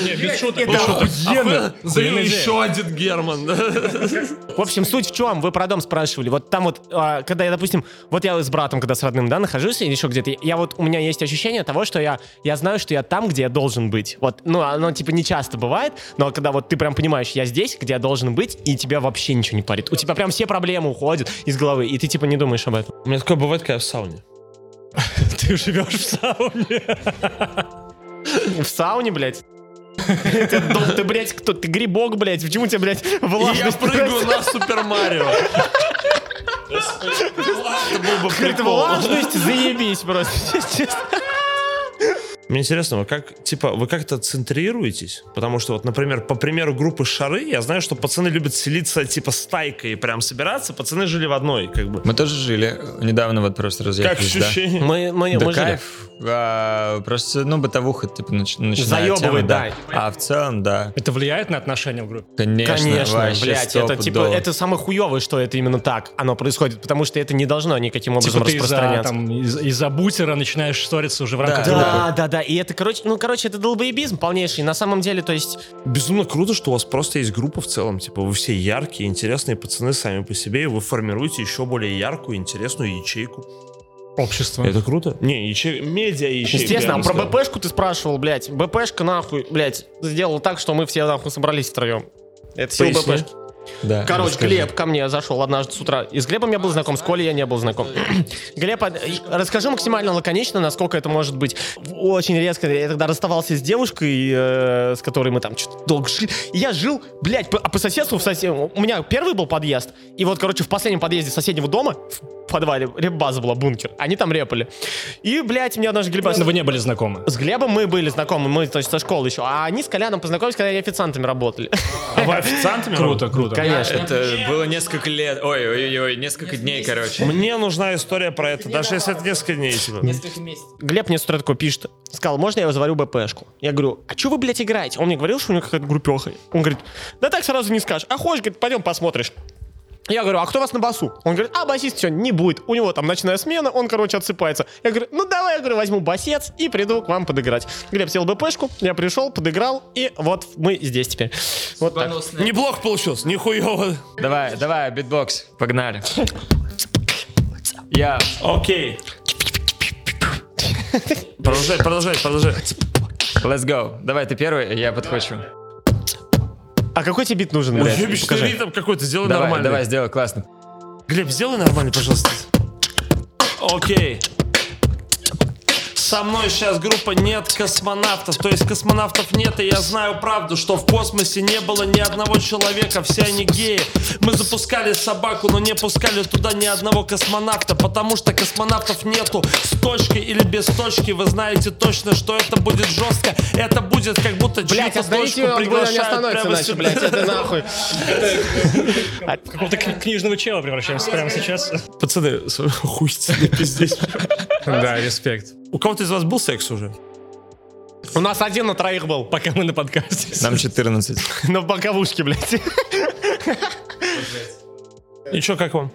Speaker 3: Не, без шуток. без шуток.
Speaker 5: Охуенно. Завели
Speaker 3: Охуенная идея.
Speaker 5: еще один Герман.
Speaker 4: В общем, суть в чем? Вы про дом спрашивали. Вот там вот, а, когда я, допустим, вот я с братом, когда с родным, да, нахожусь или еще где-то, я вот, у меня есть ощущение того, что я, я знаю, что я там, где я должен быть. Вот, ну, оно типа не часто бывает, но когда вот ты прям понимаешь, я здесь, где я должен быть, и тебя вообще ничего не парит. У тебя прям все проблемы уходят из головы, и ты типа не думаешь об этом.
Speaker 5: У меня такое бывает, когда я в сауне.
Speaker 3: Ты живешь в сауне.
Speaker 4: В сауне, блядь. Ты, дол- ты, блядь, кто? Ты грибок, блядь. Почему тебя, блядь,
Speaker 5: И я
Speaker 4: влажность?
Speaker 5: прыгаю на Супер Марио.
Speaker 4: Это влажность? Заебись просто.
Speaker 5: Мне интересно, вы как, типа, вы как-то центрируетесь? Потому что вот, например, по примеру группы Шары, я знаю, что пацаны любят селиться, типа, стайкой и прям собираться. Пацаны жили в одной, как бы.
Speaker 6: Мы тоже жили. Недавно вот просто
Speaker 5: Как
Speaker 6: разъехались, да.
Speaker 5: ощущение?
Speaker 4: Мы, мы,
Speaker 6: Да
Speaker 4: мы жили.
Speaker 6: кайф. А, просто, ну, бытовуха, типа, нач- начинает тема,
Speaker 4: Заёбывает,
Speaker 6: А в целом, да.
Speaker 3: Это влияет на отношения в группе?
Speaker 6: Конечно,
Speaker 4: Конечно,
Speaker 6: вообще
Speaker 4: блядь, это типа,
Speaker 6: стопудово.
Speaker 4: это самое хуевое, что это именно так, оно происходит, потому что это не должно никаким образом
Speaker 3: Типа ты из-за
Speaker 4: распространяться.
Speaker 3: там, из- из-за бутера начинаешь ссориться уже в рамках
Speaker 6: Да.
Speaker 3: группы.
Speaker 4: Да, да, да, и это, короче, ну, короче, это долбоебизм полнейший, на самом деле, то есть,
Speaker 5: Безумно круто, что у вас просто есть группа в целом. Типа, вы все яркие, интересные пацаны сами по себе, и вы формируете еще более яркую, интересную ячейку.
Speaker 3: Общество.
Speaker 5: Это круто? Не, ячейка, медиа ячейка.
Speaker 4: естественно,
Speaker 5: я
Speaker 4: а
Speaker 5: бы
Speaker 4: про
Speaker 5: сказал.
Speaker 4: БПшку ты спрашивал, блядь, БПшка нахуй, блядь, сделала так, что мы все нахуй собрались втроем. Это сила
Speaker 5: Поясни.
Speaker 4: БПшки.
Speaker 6: Да,
Speaker 4: Короче,
Speaker 6: расскажи.
Speaker 4: Глеб ко мне зашел однажды с утра. И с Глебом я был знаком, с Колей я не был знаком. Глеб, а, и расскажи максимально лаконично, насколько это может быть очень резко. Я тогда расставался с девушкой, э, с которой мы там что-то долго жили. И я жил, блядь, по, а по соседству в сосед... У меня первый был подъезд, и вот, короче, в последнем подъезде соседнего дома, в подвале, реп-база была, бункер. Они там репали. И, блядь, мне однажды Глеб...
Speaker 3: Ну, Вы не были знакомы.
Speaker 4: С Глебом мы были знакомы, мы, то есть, со школы еще. А они с Коляном познакомились, когда они официантами работали.
Speaker 3: А вы официантами? Круто, круто.
Speaker 4: Конечно.
Speaker 6: Это было несколько лет. Ой, ой, ой, несколько дней, короче.
Speaker 7: Мне нужна история про это, даже если это несколько дней. типа.
Speaker 2: Несколько месяцев.
Speaker 4: Глеб мне с утра такой пишет. Сказал, можно я заварю БПшку? Я говорю, а что вы, блядь, играете? Он мне говорил, что у него какая-то группеха. Он говорит, да так сразу не скажешь. А хочешь, говорит, пойдем посмотришь. Я говорю, а кто вас на басу? Он говорит, а басист сегодня не будет. У него там ночная смена, он, короче, отсыпается. Я говорю, ну давай, я говорю, возьму басец и приду к вам подыграть. Глеб сел БПшку, я пришел, подыграл, и вот мы здесь теперь. Вот так.
Speaker 2: Бонусные.
Speaker 7: Неплохо получилось, нихуево.
Speaker 6: Давай, давай, битбокс, погнали. Я
Speaker 7: Окей. Продолжай, продолжай, продолжай.
Speaker 6: Let's go. Давай, ты первый, я подхвачу.
Speaker 4: А какой тебе бит нужен, блядь?
Speaker 7: Уебищный
Speaker 4: Покажи.
Speaker 7: ритм какой-то, сделай
Speaker 6: Давай,
Speaker 7: нормально.
Speaker 6: давай, сделай классно.
Speaker 7: Глеб, сделай нормально, пожалуйста. Окей. Со мной сейчас группа «Нет космонавтов», то есть космонавтов нет, и я знаю правду, что в космосе не было ни одного человека, все они геи. Мы запускали собаку, но не пускали туда ни одного космонавта, потому что космонавтов нету с точкой или без точки. Вы знаете точно, что это будет жестко, это будет как будто
Speaker 4: Блять,
Speaker 7: чью-то
Speaker 4: остановите его, он
Speaker 7: точку
Speaker 4: не
Speaker 7: приглашают
Speaker 4: остановится
Speaker 7: прямо
Speaker 4: иначе,
Speaker 7: сюда.
Speaker 4: блядь, это нахуй.
Speaker 3: Какого-то кни- Ну, книжного чела превращаемся прямо сейчас.
Speaker 7: Пацаны, хуй пиздец.
Speaker 3: Да, респект.
Speaker 7: У кого-то из вас был секс уже?
Speaker 4: У нас один на троих был.
Speaker 3: Пока мы на подкасте.
Speaker 6: Нам 14.
Speaker 4: На боковушке, блядь.
Speaker 7: И чё, как вам?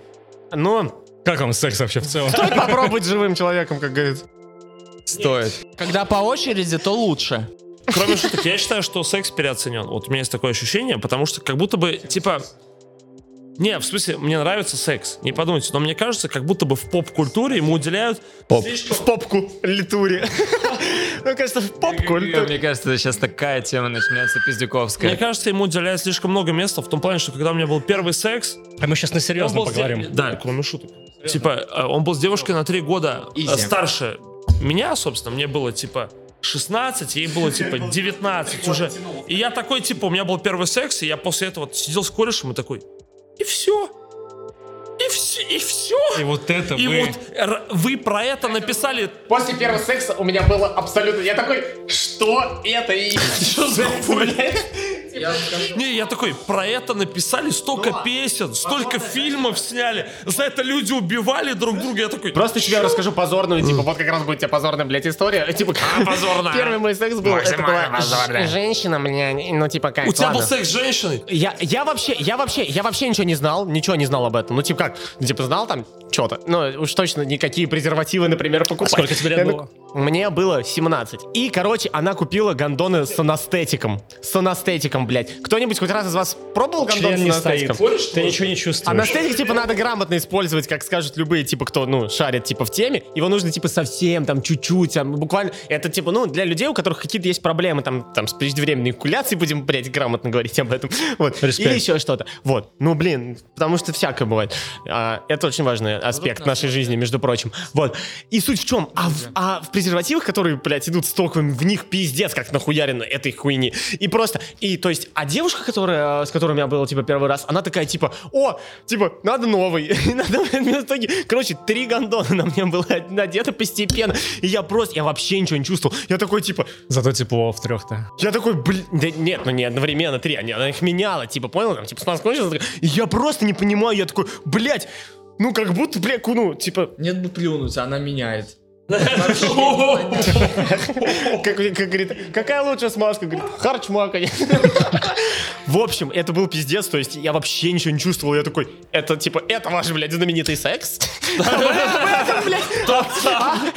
Speaker 4: Ну,
Speaker 3: Как вам секс вообще в целом?
Speaker 4: стоит попробовать живым человеком, как говорится.
Speaker 6: Стоит.
Speaker 2: Когда по очереди, то лучше.
Speaker 7: Кроме шуток, я считаю, что секс переоценен. Вот у меня есть такое ощущение, потому что как будто бы, типа... Не, в смысле, мне нравится секс, не подумайте, но мне кажется, как будто бы в поп-культуре ему уделяют...
Speaker 4: В попку литуре. Ну, кажется, в попку литуре.
Speaker 6: Мне кажется, сейчас такая тема начнется
Speaker 7: Мне
Speaker 6: пиздюковская.
Speaker 7: кажется, ему уделяют слишком много места, в том плане, что когда у меня был первый секс...
Speaker 3: А мы сейчас на серьезно поговорим.
Speaker 7: Да, кроме шуток. Типа, э, он был с девушкой на три года э,
Speaker 2: Изи.
Speaker 7: старше меня, собственно, мне было, типа, 16, ей было, типа, 19 уже. И я такой, типа, у меня был первый секс, и я после этого сидел с корешем и такой... И все. И все, и все.
Speaker 3: И вот это
Speaker 7: И
Speaker 3: вы...
Speaker 7: вот р- вы про это написали.
Speaker 4: После первого секса у меня было абсолютно... Я такой, что это? И
Speaker 7: Что за хуй? Не, я такой, про это написали столько песен, столько фильмов сняли, за это люди убивали друг друга. Я такой,
Speaker 4: Просто тебе расскажу позорную, типа, вот как раз будет тебе позорная, блядь, история. Типа,
Speaker 3: А,
Speaker 7: позорная.
Speaker 4: Первый мой секс был, это была ж- женщина мне, ну, типа, как,
Speaker 7: у тебя был
Speaker 4: ладно.
Speaker 7: секс с женщиной?
Speaker 4: Я, я вообще, я вообще, я вообще ничего не знал, ничего не знал об этом. Ну, типа как, ну, типа знал там что-то, но уж точно никакие презервативы, например, покупать.
Speaker 3: А сколько тебе лет
Speaker 4: Я
Speaker 3: было?
Speaker 4: так- Мне было 17. И, короче, она купила гондоны с анестетиком. С анестетиком, блядь. Кто-нибудь хоть раз из вас пробовал гондон
Speaker 3: Член не
Speaker 4: с
Speaker 3: стоит.
Speaker 4: анестетиком?
Speaker 3: Ты ничего не чувствуешь.
Speaker 4: Анестетик, типа, надо грамотно использовать, как скажут любые, типа, кто, ну, шарит, типа, в теме. Его нужно, типа, совсем, там, чуть-чуть, там, буквально. Это, типа, ну, для людей, у которых какие-то есть проблемы, там, там, с преждевременной экуляцией, будем, блядь, грамотно говорить об этом. Вот.
Speaker 3: Респект.
Speaker 4: Или еще что-то. Вот. Ну, блин, потому что всякое бывает. А, это очень важный аспект нашей жизни, между прочим. Вот. И суть в чем? А в, а в презервативах, которые, блядь, идут с толком, в них пиздец, как нахуярено этой хуйни. И просто... И, то есть, а девушка, которая, с которой у меня было, типа, первый раз, она такая, типа, о, типа, надо новый. И надо... мне в итоге, короче, три гондона на мне было надето постепенно. И я просто... Я вообще ничего не чувствовал. Я такой, типа,
Speaker 3: Зато тепло в трех-то.
Speaker 4: я такой, блин, да нет, ну не одновременно три, они- она их меняла, типа, понял, там, типа, смазка кончилась, она такая, я просто не понимаю, я такой, блядь, ну как будто, бля, ну, типа,
Speaker 2: Нет бы плюнуть, она меняет.
Speaker 4: как, как говорит, какая лучшая смазка, говорит, харчмака. В общем, это был пиздец, то есть я вообще ничего не чувствовал, я такой, это, типа, это ваш, блядь, знаменитый секс?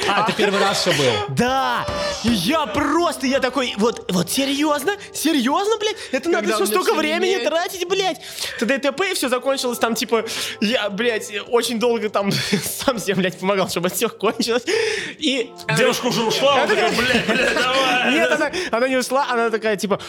Speaker 2: А, ты первый раз все был.
Speaker 4: Да! И Я просто, я такой, вот, вот серьезно? Серьезно, блядь? Это надо
Speaker 2: Когда
Speaker 4: все
Speaker 2: мне
Speaker 4: столько
Speaker 2: всё
Speaker 4: времени
Speaker 2: меняет.
Speaker 4: тратить, блядь? ТДТП, и все закончилось там, типа, я, блядь, очень долго там сам себе, блядь, помогал, чтобы это все кончилось. И...
Speaker 7: Девушка уже ушла, он такой, блядь, блядь, давай.
Speaker 4: Нет, она, она не ушла, она такая, типа,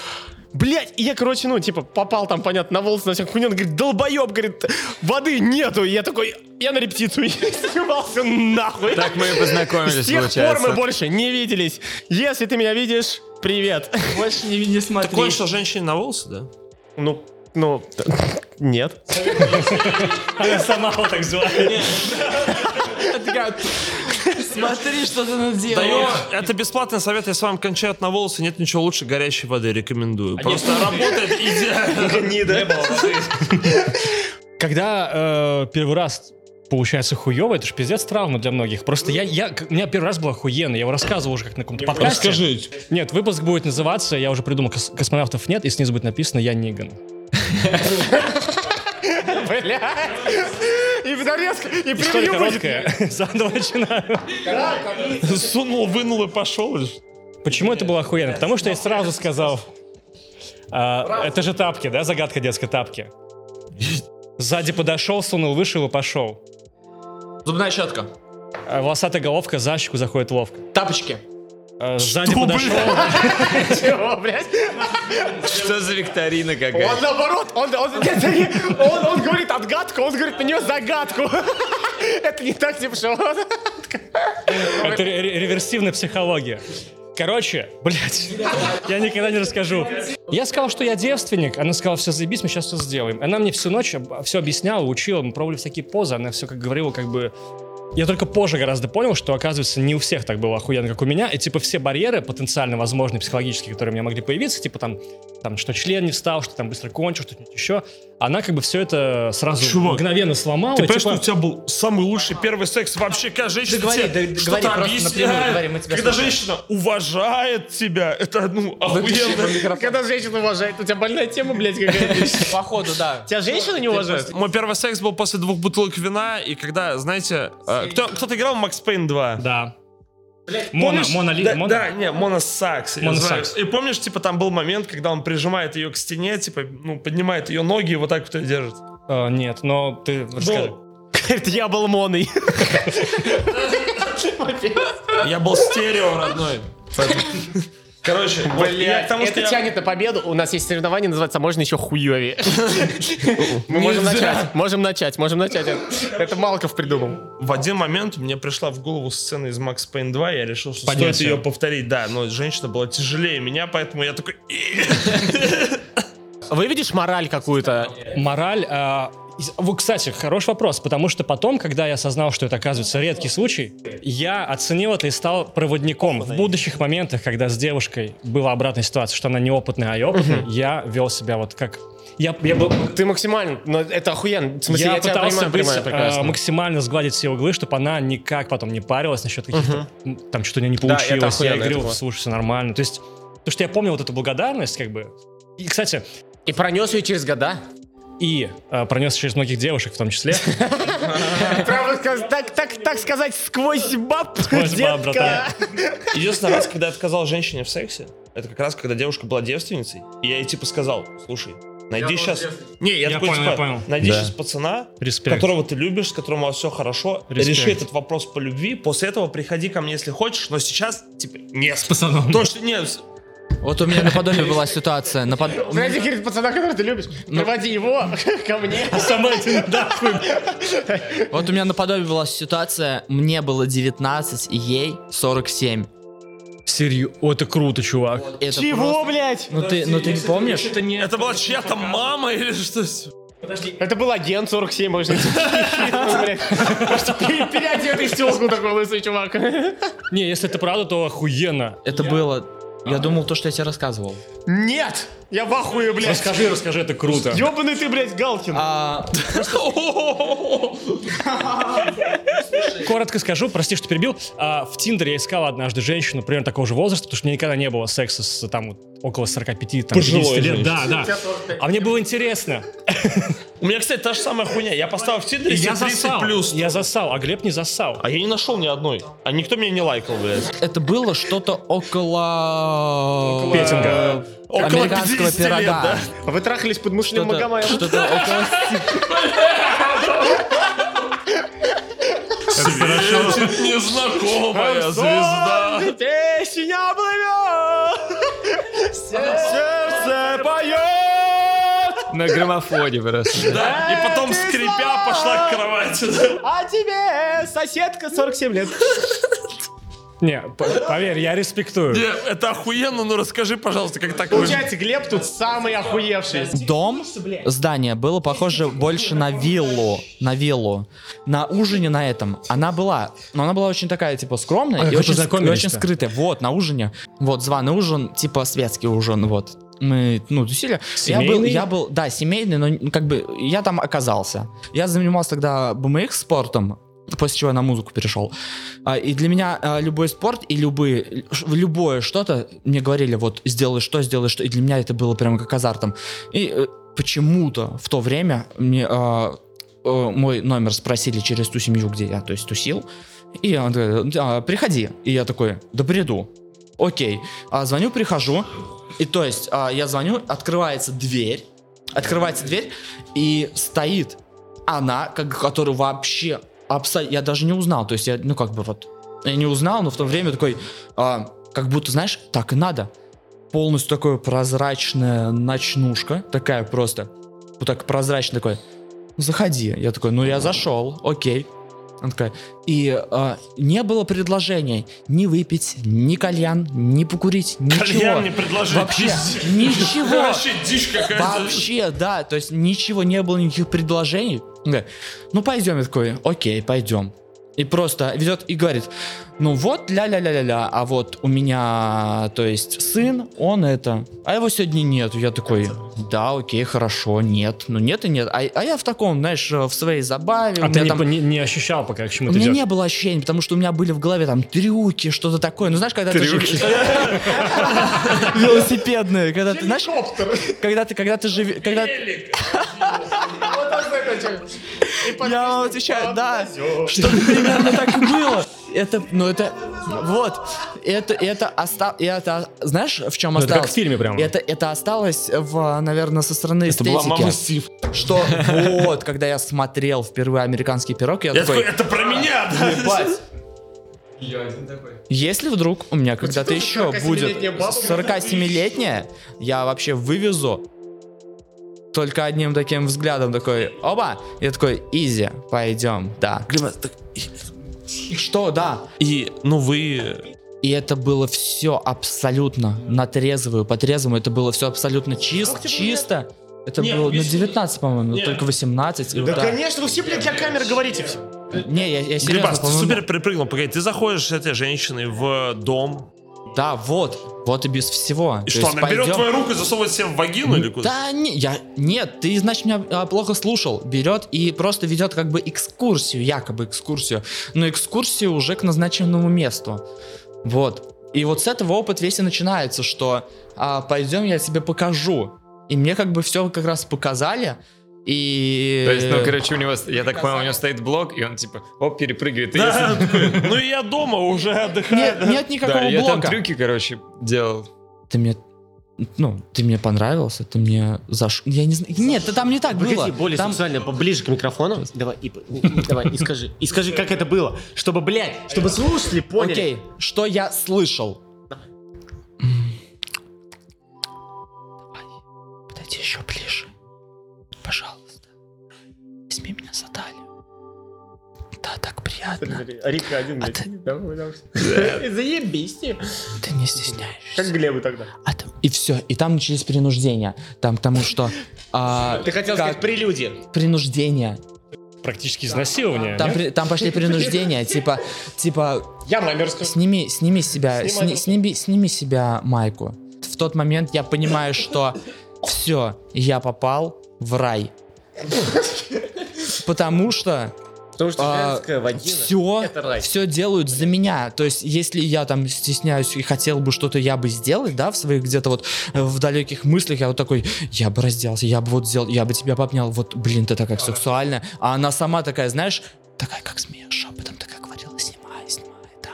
Speaker 4: Блять, и я, короче, ну, типа, попал там, понятно, на волосы, на всякую хуйню. Он говорит, долбоеб, говорит, воды нету. И я такой, я на репетицию не снимался, нахуй.
Speaker 6: Так мы и познакомились,
Speaker 4: С тех
Speaker 6: получается.
Speaker 4: пор мы больше не виделись. Если ты меня видишь, привет.
Speaker 2: Больше не, не смотри.
Speaker 7: Такое, что женщине на волосы, да?
Speaker 4: Ну, ну, т- нет.
Speaker 3: Она сама вот так звала.
Speaker 2: Такая, Смотри, что ты наделал.
Speaker 7: Даю, это бесплатный совет, если вам кончают на волосы, нет ничего лучше горячей воды, рекомендую. Просто работает идеально.
Speaker 3: Когда э, первый раз получается хуево, это же пиздец травма для многих. Просто я, я, у меня первый раз был охуенно, я его рассказывал уже как на каком-то подкасте. Нет, выпуск будет называться, я уже придумал, «Кос- космонавтов нет, и снизу будет написано «Я Ниган».
Speaker 4: И в нарезку, и
Speaker 3: История
Speaker 4: превью будет.
Speaker 3: короткая, заново начинаю.
Speaker 7: Сунул, вынул и пошел.
Speaker 3: Почему это было охуенно? Потому что я сразу сказал, а, это же тапки, да, загадка детской тапки. Сзади подошел, сунул, вышел и пошел.
Speaker 2: Зубная щетка.
Speaker 3: А Волосатая головка за щеку заходит ловко.
Speaker 2: Тапочки.
Speaker 3: А, Сзади подошел,
Speaker 4: Чего, блядь?
Speaker 6: Что за викторина какая?
Speaker 4: Он наоборот, он, он, нет, нет, он- он говорит отгадку, он говорит на нее загадку. Это не так, типа, что он-
Speaker 3: Это ре- ре- реверсивная психология. Короче, блядь, я никогда не расскажу. Я сказал, что я девственник, она сказала, все заебись, мы сейчас все сделаем. Она мне всю ночь все объясняла, учила, мы пробовали всякие позы, она все как говорила, как бы... Я только позже гораздо понял, что, оказывается, не у всех так было охуенно, как у меня. И, типа, все барьеры потенциально возможные психологические, которые у меня могли появиться, типа, там, там что член не встал, что там быстро кончил, что еще, она как бы все это сразу
Speaker 7: Чувак,
Speaker 3: мгновенно сломала. и,
Speaker 7: Ты понимаешь,
Speaker 3: типа,
Speaker 7: что у тебя был самый лучший первый секс вообще, когда женщина
Speaker 2: говори,
Speaker 7: тебе
Speaker 2: да- да говори,
Speaker 7: что-то
Speaker 2: просто напрямую говори, мы
Speaker 7: объясняет.
Speaker 2: тебя
Speaker 7: Когда
Speaker 2: слушаем.
Speaker 7: женщина уважает тебя, это, ну, охуенно.
Speaker 4: Когда женщина уважает, у тебя больная тема, блядь, какая-то.
Speaker 2: Походу, да.
Speaker 4: Тебя женщина не уважает?
Speaker 7: Мой первый секс был после двух бутылок вина, и когда, знаете, э, кто- кто-то играл в Макс Пейн 2?
Speaker 3: Да. Мона,
Speaker 7: Помнишь?
Speaker 3: Мона, Ли-
Speaker 7: да,
Speaker 3: Мона?
Speaker 7: да, не, Моносакс. я
Speaker 3: Моносакс.
Speaker 7: знаю. И помнишь, типа, там был момент, когда он прижимает ее к стене, типа, ну, поднимает ее ноги и вот так вот ее держит.
Speaker 3: Э, нет, но ты расскажи.
Speaker 4: Говорит, я был моной.
Speaker 7: Я был стерео, родной. Поэтому- Короче, вот я к тому, что
Speaker 4: это
Speaker 7: я-
Speaker 4: тянет на победу. У нас есть соревнование, называется «Можно еще хуевее». Мы можем начать, можем начать, можем начать. Это- Это Малков придумал.
Speaker 7: в один момент мне пришла в голову сцена из Макс Пейн 2, я решил, что
Speaker 3: Поднять
Speaker 7: стоит
Speaker 3: её.
Speaker 7: ее повторить, да, но женщина была тяжелее меня, поэтому я такой... «И».
Speaker 4: Выведешь мораль какую-то?
Speaker 3: Мораль. э, из- вот, кстати, хороший вопрос, потому что потом, когда я осознал, что это оказывается редкий случай, я оценил это и стал проводником. В будущих моментах, когда с девушкой была обратная ситуация, что она неопытная, а я опытный, я вел себя вот как... Я, я был-
Speaker 4: Ну, Ты максимально, но это охуенно. В смысле,
Speaker 3: я
Speaker 4: я, а, тебя
Speaker 3: пытался
Speaker 4: понимаю,
Speaker 3: быть,
Speaker 4: понимаю
Speaker 3: э,
Speaker 4: прекрасно.
Speaker 3: максимально сгладить все углы, чтобы она никак потом не парилась насчет каких-то... м, Там что-то у неё не получилось, я
Speaker 4: охуенно, это
Speaker 3: говорил,
Speaker 4: классно.
Speaker 3: слушай, все нормально. То есть, то, что я помнил вот эту благодарность, как бы... И, кстати,
Speaker 4: И пронес ее через года.
Speaker 3: и э, пронес через многих девушек в том числе.
Speaker 4: Правда, сказ- так, так, так сказать, сквозь баб,
Speaker 3: Сквозь баб,
Speaker 4: детка.
Speaker 3: братан.
Speaker 7: Единственный раз, когда я отказал женщине в сексе, это как раз, когда девушка была девственницей, и я ей типа сказал, слушай, найди сейчас... Не, я,
Speaker 3: Я
Speaker 7: такой,
Speaker 3: понял,
Speaker 7: типа,
Speaker 3: я понял.
Speaker 7: найди
Speaker 6: Да.
Speaker 7: сейчас пацана,
Speaker 3: Респект.
Speaker 7: которого ты любишь, с которым у вас все хорошо,
Speaker 3: Респект.
Speaker 7: реши этот вопрос по любви, после этого приходи ко мне, если хочешь, но сейчас, типа, нет. С
Speaker 3: пацаном.
Speaker 7: То, что нет,
Speaker 2: Вот у меня на подобии была ситуация. На под- у меня-
Speaker 4: Знаете, говорит, пацана, которого ты любишь, приводи его ко мне.
Speaker 2: Вот у меня наподобие была ситуация, мне было 19, и ей 47.
Speaker 3: Серьезно, это круто, чувак.
Speaker 2: И это
Speaker 4: Чего,
Speaker 2: просто-
Speaker 4: блядь?
Speaker 2: Ну ты, ну ты не помнишь?
Speaker 7: это была чья-то мама или что
Speaker 4: Это был агент 47, можно сказать. Просто пере- переодетый в тёлку такой лысый чувак.
Speaker 3: Не, если это правда, то охуенно.
Speaker 2: Это было... Я думал то, что я тебе рассказывал.
Speaker 4: Нет! Я в ахуе, блядь.
Speaker 3: Расскажи, расскажи, это круто.
Speaker 4: Ёбаный ты, блядь, Галкин.
Speaker 2: А,
Speaker 3: Коротко скажу, прости, что перебил. А, в Тиндере я искал однажды женщину примерно такого же возраста, потому что мне никогда не было секса с там вот, около 45 там, 50 лет. Да, да. А мне было интересно.
Speaker 7: У меня, кстати, та же самая хуйня. Я поставил в Тиндере
Speaker 3: Я
Speaker 7: 30
Speaker 3: засал.
Speaker 7: плюс.
Speaker 3: Я засал, а Глеб не засал.
Speaker 7: А я не нашел ни одной. А никто меня не лайкал, блядь.
Speaker 2: это было что-то
Speaker 3: А,
Speaker 2: около...
Speaker 3: Петинга.
Speaker 7: Около
Speaker 2: Американского
Speaker 7: 50 лет,
Speaker 2: пирога.
Speaker 7: да?
Speaker 4: А Вы трахались под мышным
Speaker 2: Что-то
Speaker 4: Магомаем.
Speaker 2: что-то около...
Speaker 7: Незнакомая звезда.
Speaker 4: Песня плывет! Сердце
Speaker 6: на граммофоне просто.
Speaker 7: Да, и потом, скрипя, пошла к кровати. да.
Speaker 4: А тебе соседка 47 лет.
Speaker 3: Не, по- поверь, я респектую.
Speaker 7: Не, Это охуенно, ну расскажи, пожалуйста, как так вышло.
Speaker 4: Получается, Глеб тут самый охуевший.
Speaker 2: Дом, здание было похоже больше на виллу, на виллу. На ужине на этом она была, но она была очень такая, типа, скромная
Speaker 3: А как
Speaker 2: и
Speaker 3: вы
Speaker 2: очень, ск- и
Speaker 3: познакомились-то?
Speaker 2: очень скрытая. Вот, на ужине, вот, званый ужин, типа, светский ужин, вот. Мы, ну, тусили. Я был,
Speaker 3: Семейный?
Speaker 2: я был, да, семейный, но ну, как бы я там оказался. Я занимался тогда BMX спортом, после чего я на музыку перешел. А, И для меня а, любой спорт и любые, ш- любое что-то, мне говорили, вот, сделай что, сделай что, и для меня это было прям как азартом. И э, почему-то в то время мне а, э, мой номер спросили через ту семью, где я, то есть тусил, и он говорит, «А, приходи. И я такой, да приду. Окей. А, звоню, прихожу, и то есть а, я звоню, открывается дверь, открывается дверь, и стоит она, как, которую вообще абсолютно... Я даже не узнал, то есть я, ну как бы вот, я не узнал, но в то время такой, а, как будто, знаешь, так и надо. Полностью такое прозрачная ночнушка, такая просто, вот так прозрачный такой, «Ну, заходи. Я такой, ну я зашел, окей. Она такая, и а, не было предложений ни выпить, ни кальян, ни покурить, ничего.
Speaker 7: Кальян не предложил.
Speaker 2: Вообще ничего.
Speaker 7: Вообще дичь какая-то.
Speaker 2: Вообще, да, то есть ничего не было, никаких предложений. Он говорит, Ну пойдем, я такой, окей, пойдем. И просто ведет и говорит, ну вот, ля-ля-ля-ля-ля, а вот у меня, то есть, сын, он это, а его сегодня нет. Я такой, да, окей, хорошо, нет, ну нет и нет. А, а я в таком, знаешь, в своей забаве. у
Speaker 3: А ты
Speaker 2: меня
Speaker 3: не,
Speaker 2: там-
Speaker 3: по- не- не ощущал пока, к чему
Speaker 2: у
Speaker 3: ты
Speaker 2: меня
Speaker 3: идешь?
Speaker 2: не было ощущений, потому что у меня были в голове там трюки, что-то такое. Ну знаешь, когда ты жив- велосипедные, когда ты знаешь, когда ты, когда ты живешь, когда я вам отвечаю, да, что примерно так и было. Это, ну это, вот, это, это осталось, это, знаешь, в чем
Speaker 3: Ну, это как
Speaker 2: осталось?
Speaker 3: в фильме прямо.
Speaker 2: Это, это осталось, в, наверное, со стороны эстетики. Что, вот, когда я смотрел впервые «Американский пирог», я,
Speaker 7: Я
Speaker 2: такой,
Speaker 7: такой, это про меня, да?
Speaker 2: Если вдруг у меня когда-то еще будет 47-летняя, я вообще вывезу только одним таким взглядом такой, оба, я такой, изи, пойдем, да. Что, да.
Speaker 7: И, ну, вы...
Speaker 2: И это было все абсолютно на трезвую, по трезвому, это было все
Speaker 7: А
Speaker 2: абсолютно чисто, чисто. Это было на 19, по-моему, ну, только 18.
Speaker 4: Да,
Speaker 2: да.
Speaker 4: конечно, вы все, блядь, для камеры говорите.
Speaker 2: Не, я, я серьезно,
Speaker 7: Глебас, ты
Speaker 2: по-моему,
Speaker 7: супер припрыгнул. Погоди, ты заходишь этой женщиной в дом.
Speaker 2: Да, вот, вот и без всего.
Speaker 7: И что, она берет твою руку и засовывает себе в вагину или куда?
Speaker 2: Да, не, я, нет, ты, значит, меня а, плохо слушал. Берет и просто ведет как бы экскурсию, якобы экскурсию, но экскурсию уже к назначенному месту. Вот. И вот с этого опыт весь и начинается, что а, пойдем, я тебе покажу. И мне как бы все как раз показали. И...
Speaker 6: То есть, ну, короче, у него, я так понял, у него стоит блок, и он типа, оп, перепрыгивает. И если-
Speaker 7: Ну и я дома уже отдыхаю.
Speaker 2: нет, нет никакого
Speaker 6: Да, я там
Speaker 2: блока.
Speaker 6: трюки, короче, делал.
Speaker 2: Ты мне... Ну, ты мне понравился, ты мне заш... Я не знаю... Нет, да там не так было.
Speaker 4: Ну, Погоди, более
Speaker 2: там...
Speaker 4: сексуально, поближе к микрофону. Давай, и, и- давай, и скажи. И скажи, как это было. Чтобы, блядь, чтобы слушатели поняли.
Speaker 2: Окей, что я слышал? Давай, подойди еще ближе. Пожалуйста. Возьми меня за талию. Да, так приятно.
Speaker 4: Рика один,
Speaker 2: блядь, ты-
Speaker 4: Заебись ты.
Speaker 2: Ты не стесняешься.
Speaker 4: Как Глебу тогда.
Speaker 2: А ты- И все, и там начались принуждения. Там к тому, что... а,
Speaker 4: Ты хотел
Speaker 2: как
Speaker 4: сказать прелюдия.
Speaker 2: Принуждение.
Speaker 3: Практически изнасилование.
Speaker 2: Там,
Speaker 3: нет?
Speaker 2: при- там пошли принуждения, типа, типа,
Speaker 4: Я мамерскую.
Speaker 2: Сними, сними себя,
Speaker 4: Снимай
Speaker 2: сни-
Speaker 4: руку.
Speaker 2: сними, сними себя майку. В тот момент я понимаю, что все, я попал в рай. Потому что
Speaker 4: Потому что
Speaker 2: а,
Speaker 4: женская вагина.
Speaker 2: все,
Speaker 4: это рай.
Speaker 2: все делают за меня. То есть, если я там стесняюсь и хотел бы что-то я бы сделать, да, в своих где-то вот э, в далеких мыслях, я вот такой, я бы разделся, я бы вот сделал, я бы тебя попнял, вот, блин, ты такая сексуальная. А она сама такая, знаешь, такая, как змея, шепотом такая говорила, снимай, снимай, да.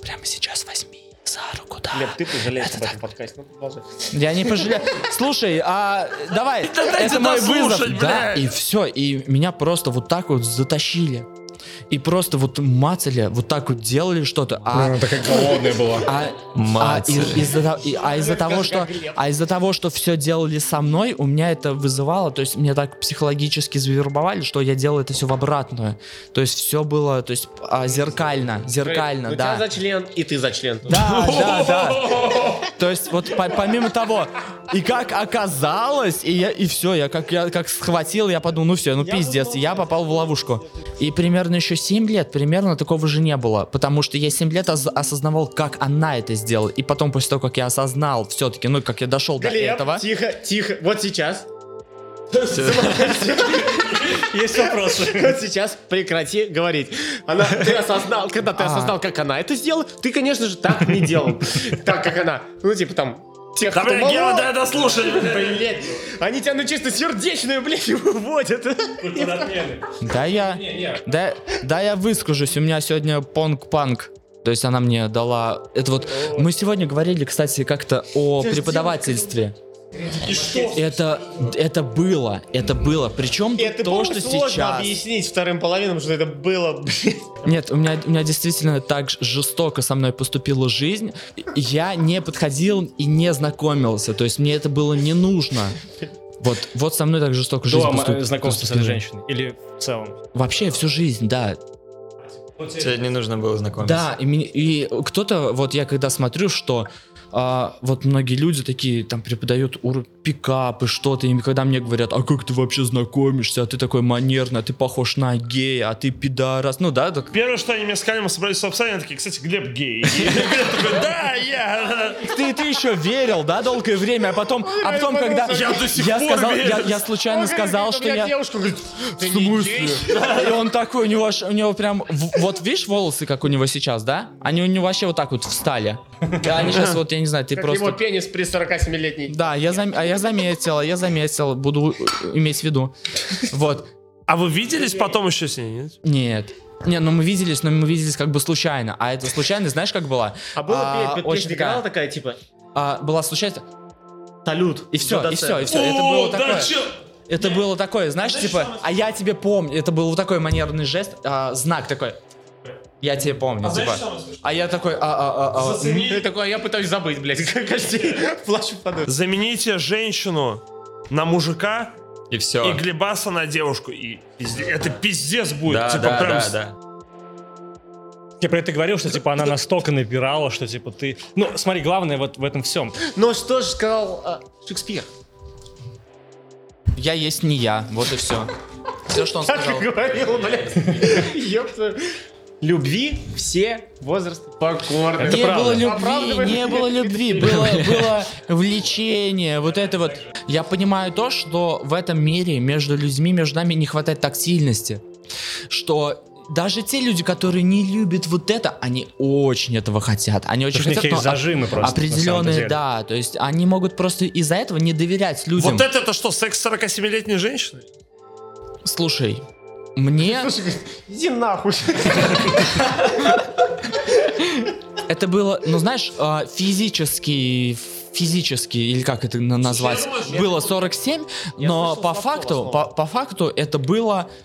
Speaker 2: Прямо сейчас возьми за руку, да.
Speaker 4: Глеб, ты пожалеешь об этом подкасте. Ну, продолжай.
Speaker 2: Я не пожалею. Слушай, а давай, это мой вызов. Да, и все, и меня просто вот так вот затащили. и просто вот мацали, вот так вот делали что-то, а
Speaker 3: Она Ну, такая голодная была.
Speaker 2: а, а
Speaker 6: Мать.
Speaker 2: из- из-за, то- и- а из-за того, что, а из-за того, что все делали со мной, у меня это вызывало, то есть меня так психологически завербовали, что я делал это все в обратную, то есть все было, то есть а, зеркально, зеркально,
Speaker 4: Ну, тебя
Speaker 2: да.
Speaker 4: за член, и ты за член.
Speaker 2: Да, да, да. То есть вот по- помимо того, и как оказалось, и я и все, я как я как схватил, я подумал, ну все, ну пиздец, я попал в ловушку. И примерно еще 7 лет, примерно такого же не было, потому что я 7 лет оз- осознавал, как она это сделала, и потом после того, как я осознал, все-таки, ну как я дошел до
Speaker 4: Глеб,
Speaker 2: этого.
Speaker 4: тихо, тихо. Вот сейчас.
Speaker 3: Есть вопросы.
Speaker 4: Вот сейчас прекрати говорить. Она, ты осознал, когда
Speaker 2: А.
Speaker 4: ты осознал, как она это сделала, ты, конечно же, так не делал. Так, как она. Ну, типа там, тех, кто
Speaker 7: бля, Гева,
Speaker 4: мало,
Speaker 7: да, да, слушай.
Speaker 4: блядь, они тебя на чисто сердечную, блядь, выводят.
Speaker 2: Да я, да, да я выскажусь, у меня сегодня понг-панк. То есть она мне дала... Это вот... Мы сегодня говорили, кстати, как-то о преподавательстве. Это, это было, это было. Причем
Speaker 4: Это
Speaker 2: то,
Speaker 4: было
Speaker 2: что
Speaker 4: сложно
Speaker 2: сейчас.
Speaker 4: объяснить вторым половинам, что это было, блядь.
Speaker 2: Нет, у меня, у меня действительно так ж- жестоко со мной поступила жизнь. Я не подходил и не знакомился. То есть мне это было не нужно. Вот, вот со мной так жестоко жизнь
Speaker 3: До
Speaker 2: поступ-
Speaker 3: м- знакомства э, с этой
Speaker 2: поступила.
Speaker 3: женщиной. Или в целом.
Speaker 2: Вообще всю жизнь, да.
Speaker 6: Тебе не нужно было знакомиться.
Speaker 2: Да, и, мне- и кто-то, вот я когда смотрю, что а, вот многие люди такие там преподают ур пикап и что-то, и когда мне говорят, а как ты вообще знакомишься, а ты такой манерный, а ты похож на гея, а ты пидорас, ну да, так-
Speaker 7: Первое, что они мне сказали, мы собрались в они такие, кстати, Глеб гей. И Глеб такой, да, я.
Speaker 2: ты, ты еще верил, да, долгое время, а потом, а потом, когда
Speaker 7: Я до сих
Speaker 2: я
Speaker 7: пор
Speaker 2: сказал,
Speaker 7: верю.
Speaker 2: я, я случайно сказал, что я
Speaker 4: девушка говорит, ты
Speaker 2: В смысле? И он такой, у него, аж- у него прям, в- вот видишь волосы, как у него сейчас, да? Они у него вообще вот так вот встали. И Они сейчас вот, я не знаю, ты
Speaker 4: Как
Speaker 2: просто...
Speaker 4: его пенис при 47-летней.
Speaker 2: Да, я, зам- а я заметила, я заметил, буду э, иметь в виду. Вот.
Speaker 7: А вы виделись потом еще с ней, нет?
Speaker 2: Нет. Не, ну мы виделись, но мы виделись как бы случайно. А это случайно, знаешь, как была?
Speaker 4: А было перед-
Speaker 2: очень
Speaker 4: перед играла
Speaker 2: такая,
Speaker 4: такая, типа,
Speaker 2: а, была случайно,
Speaker 4: салют.
Speaker 2: и все, и
Speaker 4: доцент.
Speaker 2: все, и все. Это
Speaker 7: О,
Speaker 2: было
Speaker 7: да
Speaker 2: такое.
Speaker 7: чё?
Speaker 2: Это было такое, знаешь, типа, а я тебе помню. Это был вот такой манерный жест, а, знак такой. Я тебе помню, типа. А я такой, а, а, а, а.
Speaker 4: Ты такой, а я пытаюсь забыть, блядь, каждый флаш впаду.
Speaker 7: Замените женщину на мужика
Speaker 6: И все.
Speaker 7: и Глебаса на девушку. И пизде- это пиздец будет.
Speaker 6: Да,
Speaker 7: типа,
Speaker 6: да,
Speaker 7: прям
Speaker 6: да,
Speaker 7: с-
Speaker 6: да.
Speaker 3: Я про это говорил, что типа она настолько напирала, что типа ты... Ну, смотри, главное вот в этом всем.
Speaker 4: Но Ну что же сказал а, Шекспир?
Speaker 2: Я есть не я, вот и все. Все, что он сказал.
Speaker 4: Говорил, блядь. Ёб твою. Любви все возрасты покорны.
Speaker 2: не было любви,
Speaker 4: Оправдывай
Speaker 2: не
Speaker 4: меня.
Speaker 2: было любви, было, было влечение, вот это вот. Я понимаю то, что в этом мире между людьми, между нами не хватает тактильности, что даже те люди, которые не любят вот это, они очень этого хотят. Они очень
Speaker 3: Потому что у них
Speaker 2: хотят,
Speaker 3: есть
Speaker 2: но о-
Speaker 3: зажимы просто, на самом-то
Speaker 2: Определенные,
Speaker 3: деле.
Speaker 2: да. То есть они могут просто из-за этого не доверять людям.
Speaker 7: Вот это, это что, секс 47-летней женщины?
Speaker 2: Слушай, мне
Speaker 4: Иди нахуй.
Speaker 2: это было, ну знаешь, а, физически физически, или как это на- назвать, было 47, но
Speaker 4: слышал
Speaker 2: по
Speaker 4: слово
Speaker 2: факту,
Speaker 4: слово.
Speaker 2: по, по факту это было... а,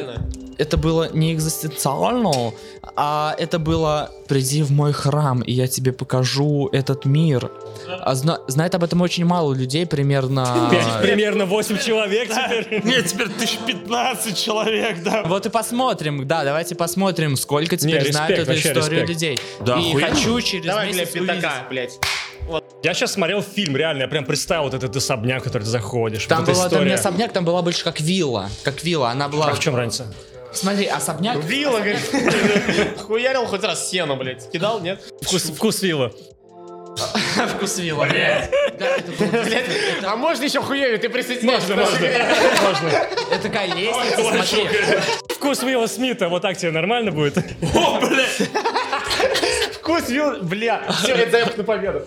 Speaker 4: Экзистенциально.
Speaker 2: это было не экзистенциально, а это было «Приди в мой храм, и я тебе покажу этот мир». А зна- знает об этом очень мало людей, примерно...
Speaker 3: А, Типа, Примерно 8 человек теперь.
Speaker 7: Нет, теперь 1015 человек, да.
Speaker 2: Вот и посмотрим, да, давайте посмотрим, сколько теперь
Speaker 3: респект,
Speaker 2: знают эту
Speaker 3: вообще
Speaker 2: историю
Speaker 3: респект.
Speaker 2: людей.
Speaker 5: Да,
Speaker 2: и
Speaker 5: охуенно.
Speaker 2: хочу через
Speaker 4: Давай,
Speaker 2: месяц
Speaker 4: Глеб,
Speaker 2: увидеть.
Speaker 4: пятака, блядь.
Speaker 3: Я сейчас смотрел фильм, реально, я прям представил вот этот особняк, в который ты заходишь.
Speaker 2: Там
Speaker 3: вот эта
Speaker 2: была там не
Speaker 3: история.
Speaker 2: особняк, там была больше как вилла. Как вилла, она была...
Speaker 3: А в чем разница?
Speaker 2: Смотри, особняк...
Speaker 4: Вилла, говорит. Хуярил хоть раз сену, блядь. Кидал, нет?
Speaker 3: Вкус, вкус вилла.
Speaker 2: Вкус вилла. Да, это было
Speaker 4: Блядь. А можно еще хуёвее? Ты присоединяешься.
Speaker 2: Это такая лестница, смотри.
Speaker 3: Вкус вилла Смита, вот так тебе нормально будет?
Speaker 4: Вкус вилл, бля. Все, это заявка на победу.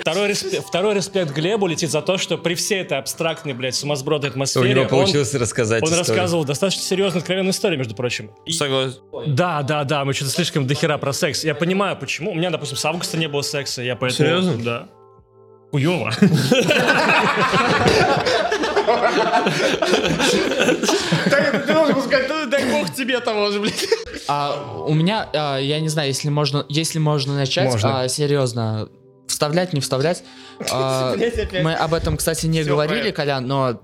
Speaker 3: Второй, респе- второй респект Глебу летит за то, что при всей этой абстрактной, блядь, сумасбродной
Speaker 6: У
Speaker 3: атмосфере
Speaker 6: него
Speaker 3: он-
Speaker 6: получилось рассказать
Speaker 3: он,
Speaker 6: историю.
Speaker 3: рассказывал достаточно серьезную, откровенную историю, между прочим.
Speaker 5: Согласен.
Speaker 3: Да, да, да, мы что-то слишком дохера про секс. Я понимаю, почему. У меня, допустим, с августа не было секса, я поэтому... Серьезно? Да. Хуёво.
Speaker 4: Ты должен был сказать, ну дай бог
Speaker 5: тебе того же, блядь.
Speaker 2: А, у меня, а, я не знаю, если можно, если можно начать,
Speaker 3: Можно.
Speaker 2: а, серьезно, вставлять, не вставлять. А, мы об этом, кстати, не говорили, Колян, но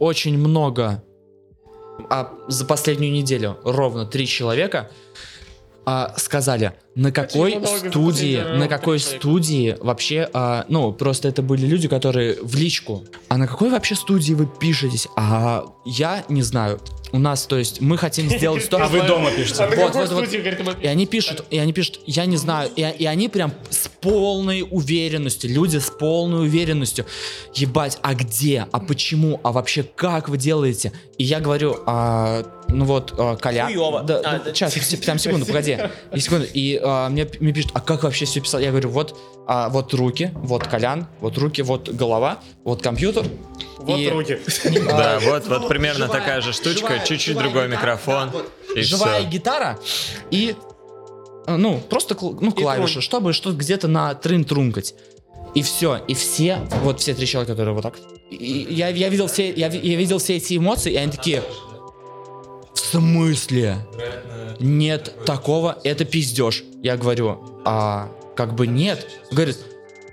Speaker 2: очень много а, за последнюю неделю, ровно три человека а, сказали, на какой студии, на какой студии вообще, а, ну, просто это были люди, которые в личку, а на какой вообще студии вы пишетесь? А я не знаю. У нас, то есть, мы хотим сделать то,
Speaker 3: А вы дома пишете.
Speaker 2: вот, вот, вот. И они пишут, и они пишут, я не знаю, и, и они прям с полной уверенностью, люди с полной уверенностью, ебать, а где, а почему, а вообще как вы делаете? И я говорю, «А, ну вот, а, Коля, да, ну, сейчас, там секунду, погоди, И секунду, и а, мне, п- мне пишут, а как вообще все писал? Я говорю, вот, а, вот руки, вот Колян, вот руки, вот голова, вот компьютер,
Speaker 4: Вот
Speaker 2: и-
Speaker 4: руки.
Speaker 6: Да, вот, вот примерно
Speaker 2: А, э, ну, живая-
Speaker 6: такая же штучка,
Speaker 2: живая-
Speaker 6: чуть-чуть
Speaker 2: живая
Speaker 6: другой
Speaker 2: гитара,
Speaker 6: микрофон.
Speaker 2: да, вот.
Speaker 6: И
Speaker 2: живая
Speaker 6: все.
Speaker 2: гитара и э, ну просто кл- ну клавиши, чтобы что где-то на трын трункать. И все, и все, вот все три человека, которые вот так. и- и я, я видел все, я, ви- я видел все эти эмоции, и они такие. В смысле? Нет такого, это пиздеж. Я говорю, а как бы нет. Говорит,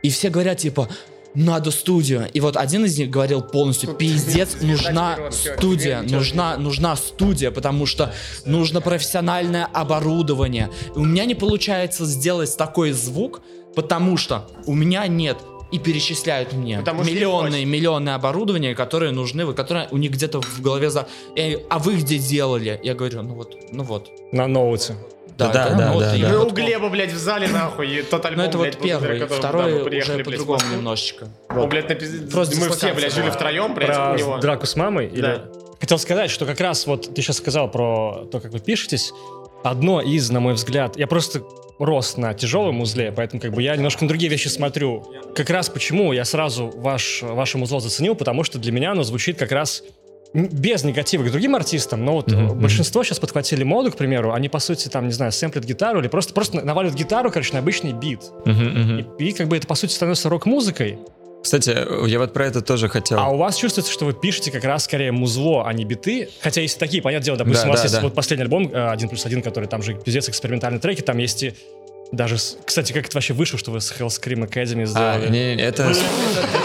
Speaker 2: и все говорят типа, надо студию. И вот один из них говорил полностью, пиздец, нужна студия, нужна, нужна студия, потому что нужно профессиональное оборудование. И у меня не получается сделать такой звук, потому что у меня нет и перечисляют мне
Speaker 4: Потому что не
Speaker 2: миллионные, миллионные оборудования, которые нужны, вот, которые у них где-то в голове за... Э, а вы где делали? Я говорю, ну вот, ну вот.
Speaker 3: На ноутсе.
Speaker 2: Да,
Speaker 6: да,
Speaker 2: это
Speaker 6: да,
Speaker 2: вот
Speaker 6: да,
Speaker 2: и
Speaker 6: да.
Speaker 4: Ну,
Speaker 2: вот
Speaker 4: у Глеба, блядь, в зале, нахуй, и тот
Speaker 2: он.
Speaker 4: альбом,
Speaker 2: Ну это
Speaker 4: блядь,
Speaker 2: вот
Speaker 4: благодаря
Speaker 2: первый,
Speaker 4: которому, да,
Speaker 2: второй
Speaker 4: мы приехали,
Speaker 2: уже
Speaker 4: блядь,
Speaker 2: по-другому
Speaker 4: смотреть.
Speaker 2: немножечко.
Speaker 4: О, блядь, напиз-
Speaker 2: Просто
Speaker 4: мы все, блядь,
Speaker 2: дислокация
Speaker 4: жили
Speaker 2: была.
Speaker 4: втроем, блядь,
Speaker 3: Про
Speaker 4: у него.
Speaker 3: драку с мамой? Или...
Speaker 4: Да.
Speaker 3: Хотел сказать, что как раз вот ты сейчас сказал про то, как вы пишетесь. Одно из, на мой взгляд, я просто рос на тяжелом узле, поэтому как бы я немножко на другие вещи смотрю. Как раз почему я сразу ваш, вашим узлом заценил, потому что для меня оно звучит как раз н- без негатива к другим артистам, но вот э, большинство сейчас подхватили моду, к примеру, они, по сути, там, не знаю, сэмплят гитару или просто, просто на- наваливают гитару, короче, на обычный бит.
Speaker 6: Мгм, мгм.
Speaker 3: И, и как бы это, по сути, становится рок-музыкой,
Speaker 6: Кстати, я вот про это тоже хотел.
Speaker 3: а у вас чувствуется, что вы пишете как раз скорее музло, а не биты. Хотя есть и такие, понятное дело, допустим,
Speaker 6: Да,
Speaker 3: у вас
Speaker 6: да,
Speaker 3: есть
Speaker 6: да.
Speaker 3: вот последний альбом э, «Один плюс один», который там же пиздец экспериментальные треки, там есть и даже... с- Кстати, как это вообще вышло, что вы с Hellscream Academy
Speaker 6: А,
Speaker 3: сделали?
Speaker 6: не, не, это...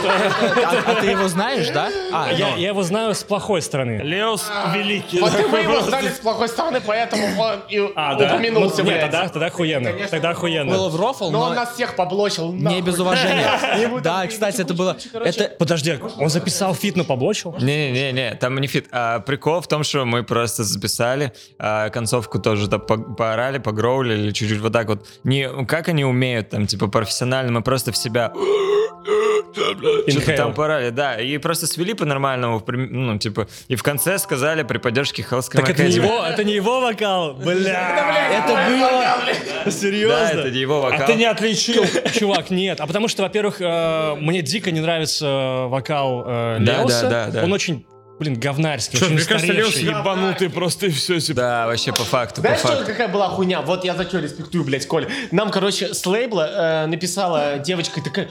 Speaker 2: А, а ты его знаешь, да? А,
Speaker 3: я,
Speaker 2: ну.
Speaker 3: я его знаю с плохой стороны.
Speaker 7: Леос
Speaker 2: А,
Speaker 7: великий.
Speaker 4: Вот и мы его знали с плохой стороны, поэтому он и
Speaker 3: А, да?
Speaker 4: упомянулся,
Speaker 3: Ну, нет,
Speaker 4: блядь.
Speaker 3: тогда, тогда охуенно. Тогда охуенно.
Speaker 2: Было в рофл,
Speaker 4: Но
Speaker 2: но,
Speaker 4: он нас всех поблочил.
Speaker 2: не
Speaker 4: нахуй.
Speaker 2: без уважения. Да, кстати, это было... Это...
Speaker 3: Подожди, он записал фит, но поблочил?
Speaker 6: Не-не-не, там не фит. А, прикол в том, что мы просто записали, а, концовку тоже там по- поорали, погроулили, чуть-чуть вот так вот. Не, ну, как они умеют там, типа, профессионально, мы просто в себя... Что-то
Speaker 3: Inhale.
Speaker 6: там поорали, да. И просто свели по-нормальному, в прим- ну, типа, и в конце сказали при поддержке Hellscream
Speaker 3: Так это не
Speaker 6: Academy.
Speaker 3: его, это не его вокал, бля.
Speaker 2: Это было...
Speaker 6: Да,
Speaker 3: Серьезно?
Speaker 6: это не его вокал.
Speaker 7: А ты не отличил.
Speaker 3: Чувак, нет. А потому что, во-первых, э, мне дико не нравится э, вокал э,
Speaker 6: Да,
Speaker 3: Леоса.
Speaker 6: да, да, да.
Speaker 3: Он очень, блин, говнарский, очень устаревший. Ну,
Speaker 7: ебанутый просто и все.
Speaker 6: Да, вообще по факту,
Speaker 4: Знаешь,
Speaker 6: по
Speaker 4: что
Speaker 6: факту.
Speaker 4: какая была хуйня? Вот я за что респектую, блядь, Коля. Нам, короче, с лейбла э, написала девочка и такая...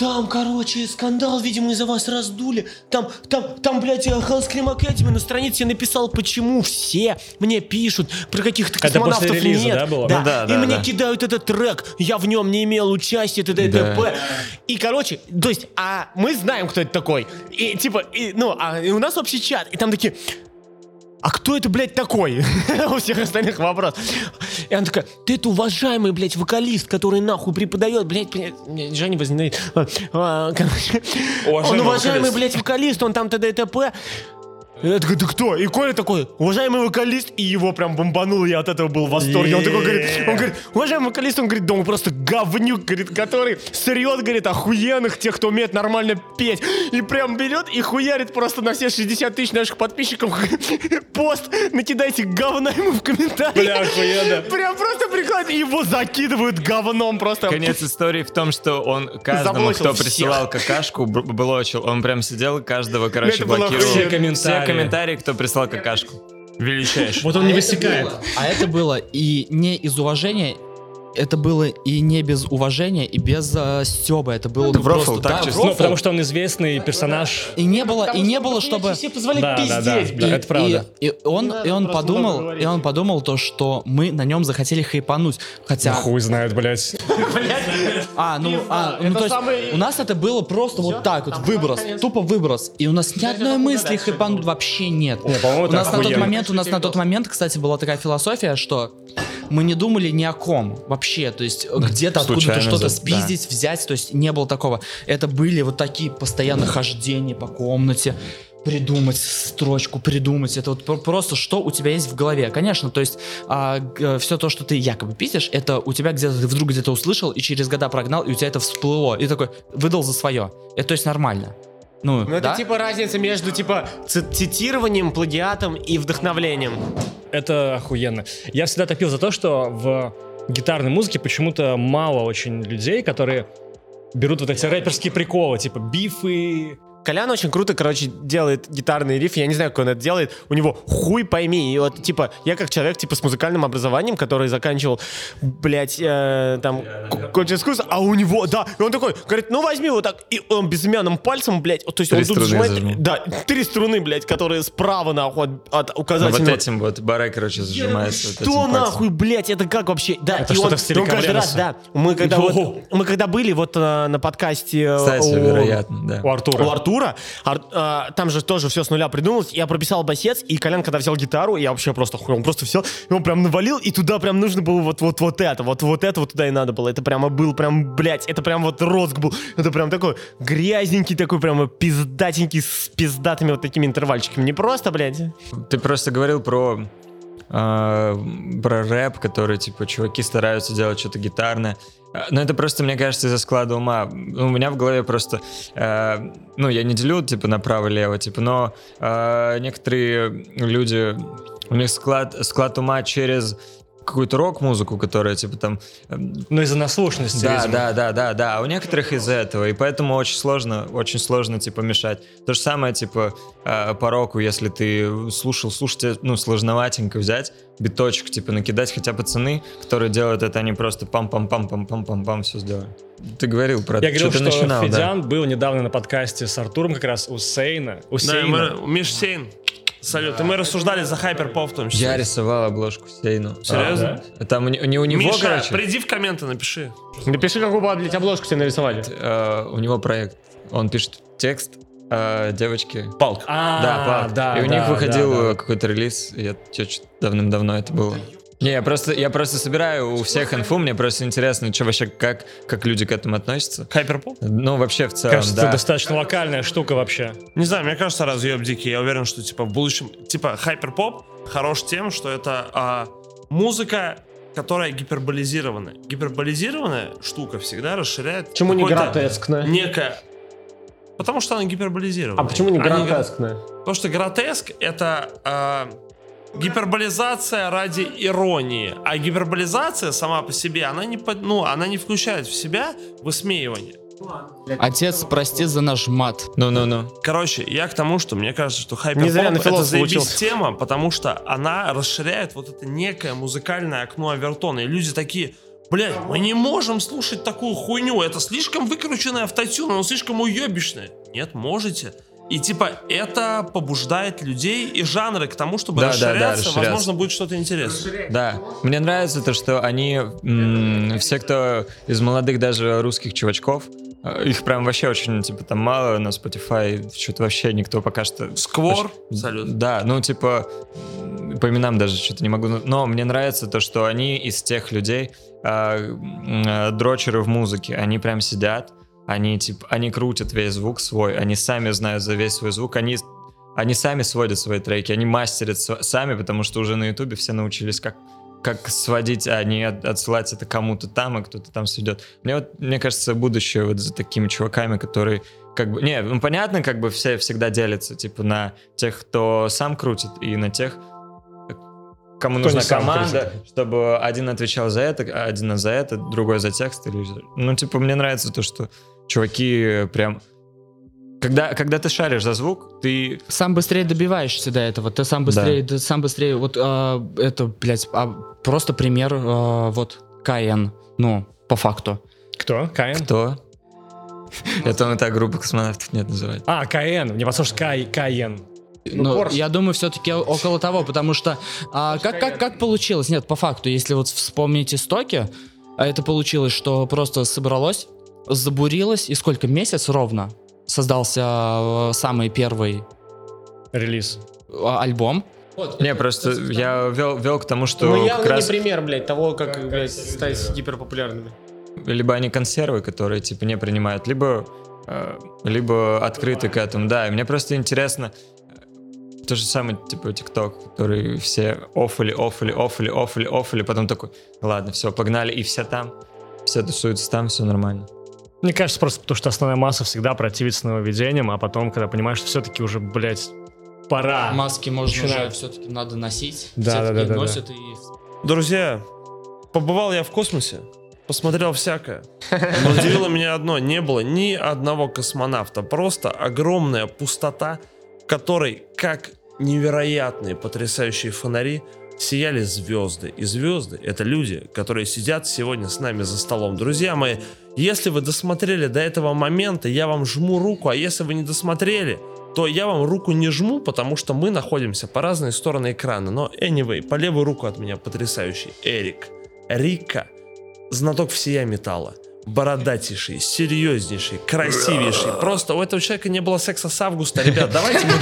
Speaker 4: Там, короче, скандал, видимо, из-за вас раздули. Там, там, там, блядь, э, Hellscream Academy на странице я написал, почему все мне пишут про каких-то
Speaker 3: Это после
Speaker 4: космонавтов
Speaker 3: релиза,
Speaker 4: нет.
Speaker 3: да, было?
Speaker 6: Ну да,
Speaker 4: и
Speaker 6: да,
Speaker 4: мне
Speaker 6: да.
Speaker 4: кидают этот трек, я в нем не имел участия, т.д. и
Speaker 6: Да.
Speaker 4: т.п. И, короче, то есть, а мы знаем, кто это такой. И, типа, и, ну, а и у нас общий чат, и там такие... А кто это, блядь, такой? У всех остальных вопрос. И она такая, ты это уважаемый, блядь, вокалист, который нахуй преподает, блядь, блядь. Меня Женя возненавидит. А, а, Короче, он уважаемый, блядь, вокалист, он там т.д. и т.п. И Я такой, да кто? И Коля такой, уважаемый вокалист, и его прям бомбанул, я от этого был в восторге. Он такой говорит, он говорит, уважаемый вокалист, он говорит, да он просто говнюк, говорит, который срет, говорит, охуенных тех, кто умеет нормально петь. И прям берет и хуярит просто на все 60 тысяч наших подписчиков пост, накидайте говна ему в комментариях.
Speaker 3: Бля, охуенно.
Speaker 4: Прям просто прикольно, его закидывают говном просто.
Speaker 6: Конец истории в том, что он каждому,
Speaker 4: Заблочил
Speaker 6: кто
Speaker 4: всех.
Speaker 6: присылал какашку, бл- блочил. Он прям сидел, каждого,
Speaker 4: Ну,
Speaker 6: короче,
Speaker 4: это было
Speaker 6: блокировал.
Speaker 4: охуенно.
Speaker 3: Все комментарии.
Speaker 6: Все комментарии, кто прислал какашку. Величайший.
Speaker 3: Вот он не высекает.
Speaker 2: А это было и не из уважения, это было и не без уважения, и без э, стёба. Это было
Speaker 6: это
Speaker 2: просто-
Speaker 6: Врофл, так
Speaker 2: да,
Speaker 6: чисто.
Speaker 3: Ну,
Speaker 2: Врофл.
Speaker 3: потому что он известный персонаж.
Speaker 2: И не было, и не было, чтобы...
Speaker 4: Все позволяют
Speaker 3: Да, да, да,
Speaker 4: пиздеть,
Speaker 3: да,
Speaker 4: блядь.
Speaker 3: это правда.
Speaker 2: И, и он, и он
Speaker 4: просто много
Speaker 2: подумал,
Speaker 4: говорить.
Speaker 2: и он подумал то, что мы на нем захотели хайпануть, хотя,
Speaker 3: Хуй знает, блядь.
Speaker 2: а, ну, а, ну, то есть у нас это было просто вот так вот выброс, тупо выброс, и у нас ни одной мысли хайпануть вообще нет.
Speaker 3: по-моему,
Speaker 2: у
Speaker 3: это
Speaker 2: нас на тот
Speaker 3: охуенно.
Speaker 2: момент, у нас на тот момент, кстати, была такая философия, что мы не думали ни о ком вообще, то есть э, где-то откуда-то
Speaker 6: случайно
Speaker 2: что-то
Speaker 6: за-
Speaker 2: спиздить, взять, то есть не было такого. Это были вот такие постоянно хождения по комнате, придумать строчку, придумать. Это вот про- просто что у тебя есть в голове. Конечно, то есть все то, что ты якобы пиздишь, это у тебя где-то ты вдруг где-то услышал и через года прогнал, и у тебя это всплыло. И такой выдал за свое. Это то есть нормально. Ну,
Speaker 4: Ну, это
Speaker 2: да?
Speaker 4: типа разница между типа ци- цитированием, плагиатом и вдохновлением.
Speaker 3: Это охуенно. Я всегда топил за то, что в гитарной музыке почему-то мало очень людей, которые берут вот эти рэперские приколы, типа бифы.
Speaker 4: Колян очень круто, короче, делает гитарный риф. Я не знаю, как он это делает. У него хуй пойми. И вот, типа, я как человек, типа, с музыкальным образованием, который заканчивал, блядь, э, там, кончен курс, а у него, да. И он такой, говорит, ну возьми вот так. И он безымянным пальцем, блядь, вот, то есть
Speaker 6: Три
Speaker 4: он тут
Speaker 6: струны
Speaker 4: сжимает-
Speaker 6: зажму.
Speaker 4: Да, три струны, блядь, которые справа, нахуй, от- от,
Speaker 6: Ну, Вот
Speaker 4: указательного.
Speaker 6: этим вот барай, короче, зажимается. вот
Speaker 4: Что
Speaker 6: этим пальцем.
Speaker 4: нахуй, блядь, это как вообще? Да,
Speaker 3: Это
Speaker 4: и
Speaker 3: что-то
Speaker 4: он,
Speaker 3: в стиле
Speaker 4: он каждый раз, да.
Speaker 3: Коленца.
Speaker 4: Мы когда, вот,
Speaker 3: Воу.
Speaker 4: мы когда были вот э, на подкасте э,
Speaker 6: Кстати,
Speaker 4: у-
Speaker 6: вероятно, да.
Speaker 3: У Артура.
Speaker 4: у Артура. Ар- а, там же тоже все с нуля придумалось. Я прописал басец, и Колян, когда взял гитару, я вообще просто хуй, он просто взял, и он прям навалил, и туда прям нужно было вот вот вот это, вот вот это вот туда и надо было. Это прямо был прям, блядь, это прям вот розг был. Это прям такой грязненький такой, прямо пиздатенький с пиздатыми вот такими интервальчиками. Не просто, блядь.
Speaker 6: Ты просто говорил про а, про рэп, который, типа, чуваки стараются делать что-то гитарное. А, Но это просто, мне кажется, из-за склада ума. Ну, У меня в голове просто... э, ну, я не делю, типа, направо-лево, типа, но э, некоторые люди... У них склад, склад ума через какую-то рок-музыку, которая, типа, там... эм,
Speaker 3: Ну, из-за наслушности,
Speaker 6: да,
Speaker 3: видимо.
Speaker 6: да, да, да, да. А У некоторых из-за этого. И поэтому очень сложно, очень сложно, типа, мешать. То же самое, типа, э, по року, если ты слушал, слушайте, ну, сложноватенько взять, биточек, типа, накидать. Хотя пацаны, которые делают это, они просто пам-пам-пам-пам-пам-пам-пам все сделали. Ты говорил про
Speaker 3: Я
Speaker 6: это,
Speaker 3: говорил,
Speaker 6: ты
Speaker 3: что
Speaker 6: начинал, да.
Speaker 3: Федян был недавно на подкасте с Артуром как раз у Сейна. У
Speaker 7: Да, и
Speaker 3: Сейна.
Speaker 7: мы- Миш Сейн. Салют. И мы рассуждали за хайпер-пов в том числе.
Speaker 6: Я рисовал обложку Сейну.
Speaker 7: Серьезно?
Speaker 6: А, Там не, не у него,
Speaker 7: Миша,
Speaker 6: короче,
Speaker 7: приди в комменты, напиши.
Speaker 4: Напиши, какую, блядь, обложку тебе нарисовали.
Speaker 6: э, у него проект. Он пишет текст, а девочки
Speaker 3: А,
Speaker 6: Да, Палк.
Speaker 3: да,
Speaker 6: И у
Speaker 3: да,
Speaker 6: них выходил
Speaker 3: да, да.
Speaker 6: э, какой-то релиз, я чё- чё- давным-давно это было. Не, я просто, я просто собираю у всех инфу, мне просто интересно, что вообще, как, как люди к этому относятся.
Speaker 7: Хайпер-поп?
Speaker 6: Ну, вообще в целом,
Speaker 3: Кажется,
Speaker 6: да.
Speaker 3: это достаточно локальная штука вообще.
Speaker 7: Не знаю, мне кажется, разъеб дикий. Я уверен, что типа в будущем... Типа хайпер-поп хорош тем, что это а, музыка, которая гиперболизированная. Гиперболизированная штука всегда расширяет...
Speaker 4: Почему не
Speaker 7: какой-то
Speaker 4: гротескная?
Speaker 7: Некое... Потому что она гиперболизирована.
Speaker 4: А почему не
Speaker 7: Они гра-
Speaker 4: гротескная?
Speaker 7: Потому что гротеск это а, гиперболизация ради иронии. А гиперболизация сама по себе, она не, под- ну, она не включает в себя высмеивание.
Speaker 2: Отец, прости за наш мат.
Speaker 6: Ну-ну-ну.
Speaker 7: Короче, я к тому, что мне кажется, что хайпер
Speaker 4: Не зря на
Speaker 7: это
Speaker 4: философа
Speaker 7: заебись
Speaker 4: учился.
Speaker 7: тема, потому что она расширяет вот это некое музыкальное окно Авертона. И люди такие, блядь, мы не можем слушать такую хуйню, это слишком выкрученный автотюн, он слишком уебищный. Нет, можете. И типа это побуждает людей и жанры к тому, чтобы
Speaker 6: Да, да, да,
Speaker 7: расширяться,
Speaker 6: расширяться.
Speaker 7: возможно, будет что-то интересное.
Speaker 6: Да. Мне нравится то, что они, м, все, кто из молодых даже русских чувачков, э, их прям вообще очень, типа, там мало на Spotify, что-то вообще никто пока что...
Speaker 7: Сквор,
Speaker 6: Вообще-
Speaker 7: салют.
Speaker 6: Да, ну типа м, по именам даже что-то не могу. Но мне нравится то, что они из тех людей, а, м, а, дрочеры в музыке, они прям сидят, они типа, они крутят весь звук свой, они сами знают за весь свой звук, они они сами сводят свои треки, они мастерят сва- сами, потому что уже на ютубе все научились как как сводить, а не от- отсылать это кому-то там, и кто-то там сведет. Мне вот, мне кажется, будущее вот за такими чуваками, которые как бы, не, ну понятно, как бы все всегда делятся, типа на тех, кто сам крутит, и на тех, кому
Speaker 3: Кто не
Speaker 6: нужна
Speaker 3: сам
Speaker 6: команда, чтобы один отвечал за это, а один за это, другой за текст. Или... за- Ну, типа, мне нравится то, что чуваки прям... Когда, когда ты шаришь за звук, ты...
Speaker 2: Сам быстрее добиваешься до этого. Ты сам быстрее, ты сам быстрее. Вот а, это, блядь, а, просто пример. а, вот Каен. Ну, по факту.
Speaker 3: Кто? Каин?
Speaker 6: Кто? Это он и так группа космонавтов нет называет.
Speaker 3: А, Каен. Мне послушай, Кай, Каен.
Speaker 2: Ну, я думаю, все-таки около того, потому что а, как, как, как получилось? Нет, по факту, если вот вспомнить истоки, а это получилось, что просто собралось, забурилось, и сколько месяц ровно создался э, самый первый
Speaker 3: Релиз.
Speaker 2: э, альбом.
Speaker 6: Не, просто я вел, вел к тому, что
Speaker 4: Ну,
Speaker 6: как
Speaker 4: явно не
Speaker 6: раз
Speaker 4: пример, блядь, того, как, блядь, стать гиперпопулярными.
Speaker 6: либо они консервы, которые типа не принимают, либо, э, либо открыты к этому. Да, и мне просто интересно э, то же самое, типа, ТикТок, который все оффали, оффали, оффали, оффали, оффали, потом такой, ладно, все, погнали, и все там, все тусуются там, все нормально.
Speaker 3: Мне кажется, просто потому что основная масса всегда противится нововведениям, а потом, когда понимаешь, что все-таки уже, блядь, пора.
Speaker 2: Маски можно
Speaker 3: начинаю.
Speaker 2: уже все-таки надо носить.
Speaker 3: Да,
Speaker 2: все
Speaker 3: да, да, да, да.
Speaker 2: носят и
Speaker 7: Друзья, побывал я в космосе, посмотрел всякое. Но удивило меня одно, не было ни одного космонавта. Просто огромная пустота, в которой, как невероятные потрясающие фонари, сияли звезды. И звезды — это люди, которые сидят сегодня с нами за столом. Друзья мои, если вы досмотрели до этого момента, я вам жму руку, а если вы не досмотрели, то я вам руку не жму, потому что мы находимся по разные стороны экрана. Но anyway, по левую руку от меня потрясающий Эрик. Рика, знаток всея металла. Бородатейший, серьезнейший, красивейший. Просто у этого человека не было секса с августа. Ребят, давайте мы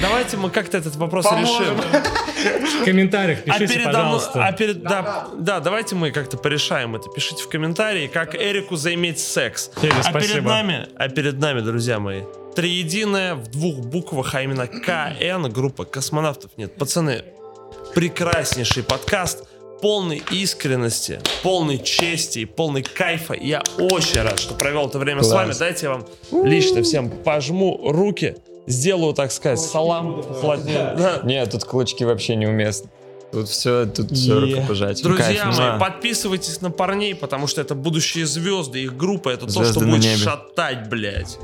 Speaker 7: давайте мы как-то этот вопрос решим.
Speaker 3: В комментариях
Speaker 7: А
Speaker 3: пишите,
Speaker 7: передо мной-
Speaker 3: пожалуйста.
Speaker 7: а перед- да, да, давайте мы как-то порешаем это. Пишите в комментарии, как Эрику заиметь секс.
Speaker 3: Федя,
Speaker 7: а
Speaker 3: спасибо.
Speaker 7: перед нами, а перед нами, друзья мои, триединая в двух буквах, а именно КН, группа космонавтов. Нет, пацаны, прекраснейший подкаст, полный искренности, полный чести и полный кайфа. Я очень рад, что провел это время с вами. Дайте я вам лично всем пожму руки, сделаю, так сказать, салам. плотнее. Да.
Speaker 6: Нет, тут кулачки вообще неуместно. Тут все, тут все рукопожатие.
Speaker 7: Друзья
Speaker 6: Кайф, ну
Speaker 7: мои,
Speaker 6: муа.
Speaker 7: подписывайтесь на парней, потому что это будущие звезды, их группа, это то,
Speaker 6: Звезды
Speaker 7: что
Speaker 6: на
Speaker 7: будет
Speaker 6: небе.
Speaker 7: шатать, блядь.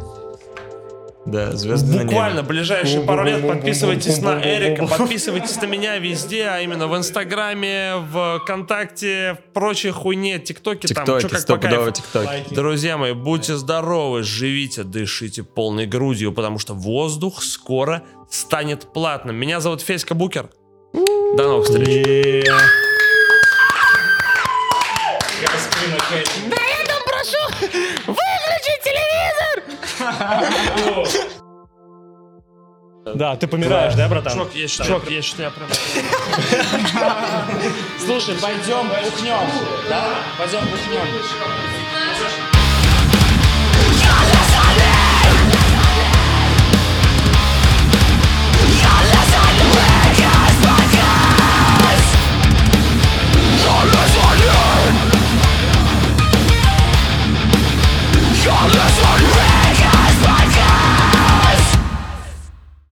Speaker 6: Да, звезды на небе.
Speaker 7: Буквально ближайшие пару лет подписывайтесь на Эрика, подписывайтесь на меня везде, а именно в Инстаграме, в ВКонтакте, в прочей хуйне, ТикТоке, там, что
Speaker 6: Тиктоки,
Speaker 7: как по
Speaker 6: стопудово
Speaker 7: кайфу.
Speaker 6: тиктоки.
Speaker 7: Друзья мои, будьте здоровы, живите, дышите полной грудью, потому что воздух скоро станет платным. Меня зовут Феська Букер. До новых встреч.
Speaker 3: Да, ты помираешь, да, братан?
Speaker 7: Чувак, я считаю, чувак, я считаю, я прям...
Speaker 2: Слушай, пойдем бухнем, да? Пойдем бухнем.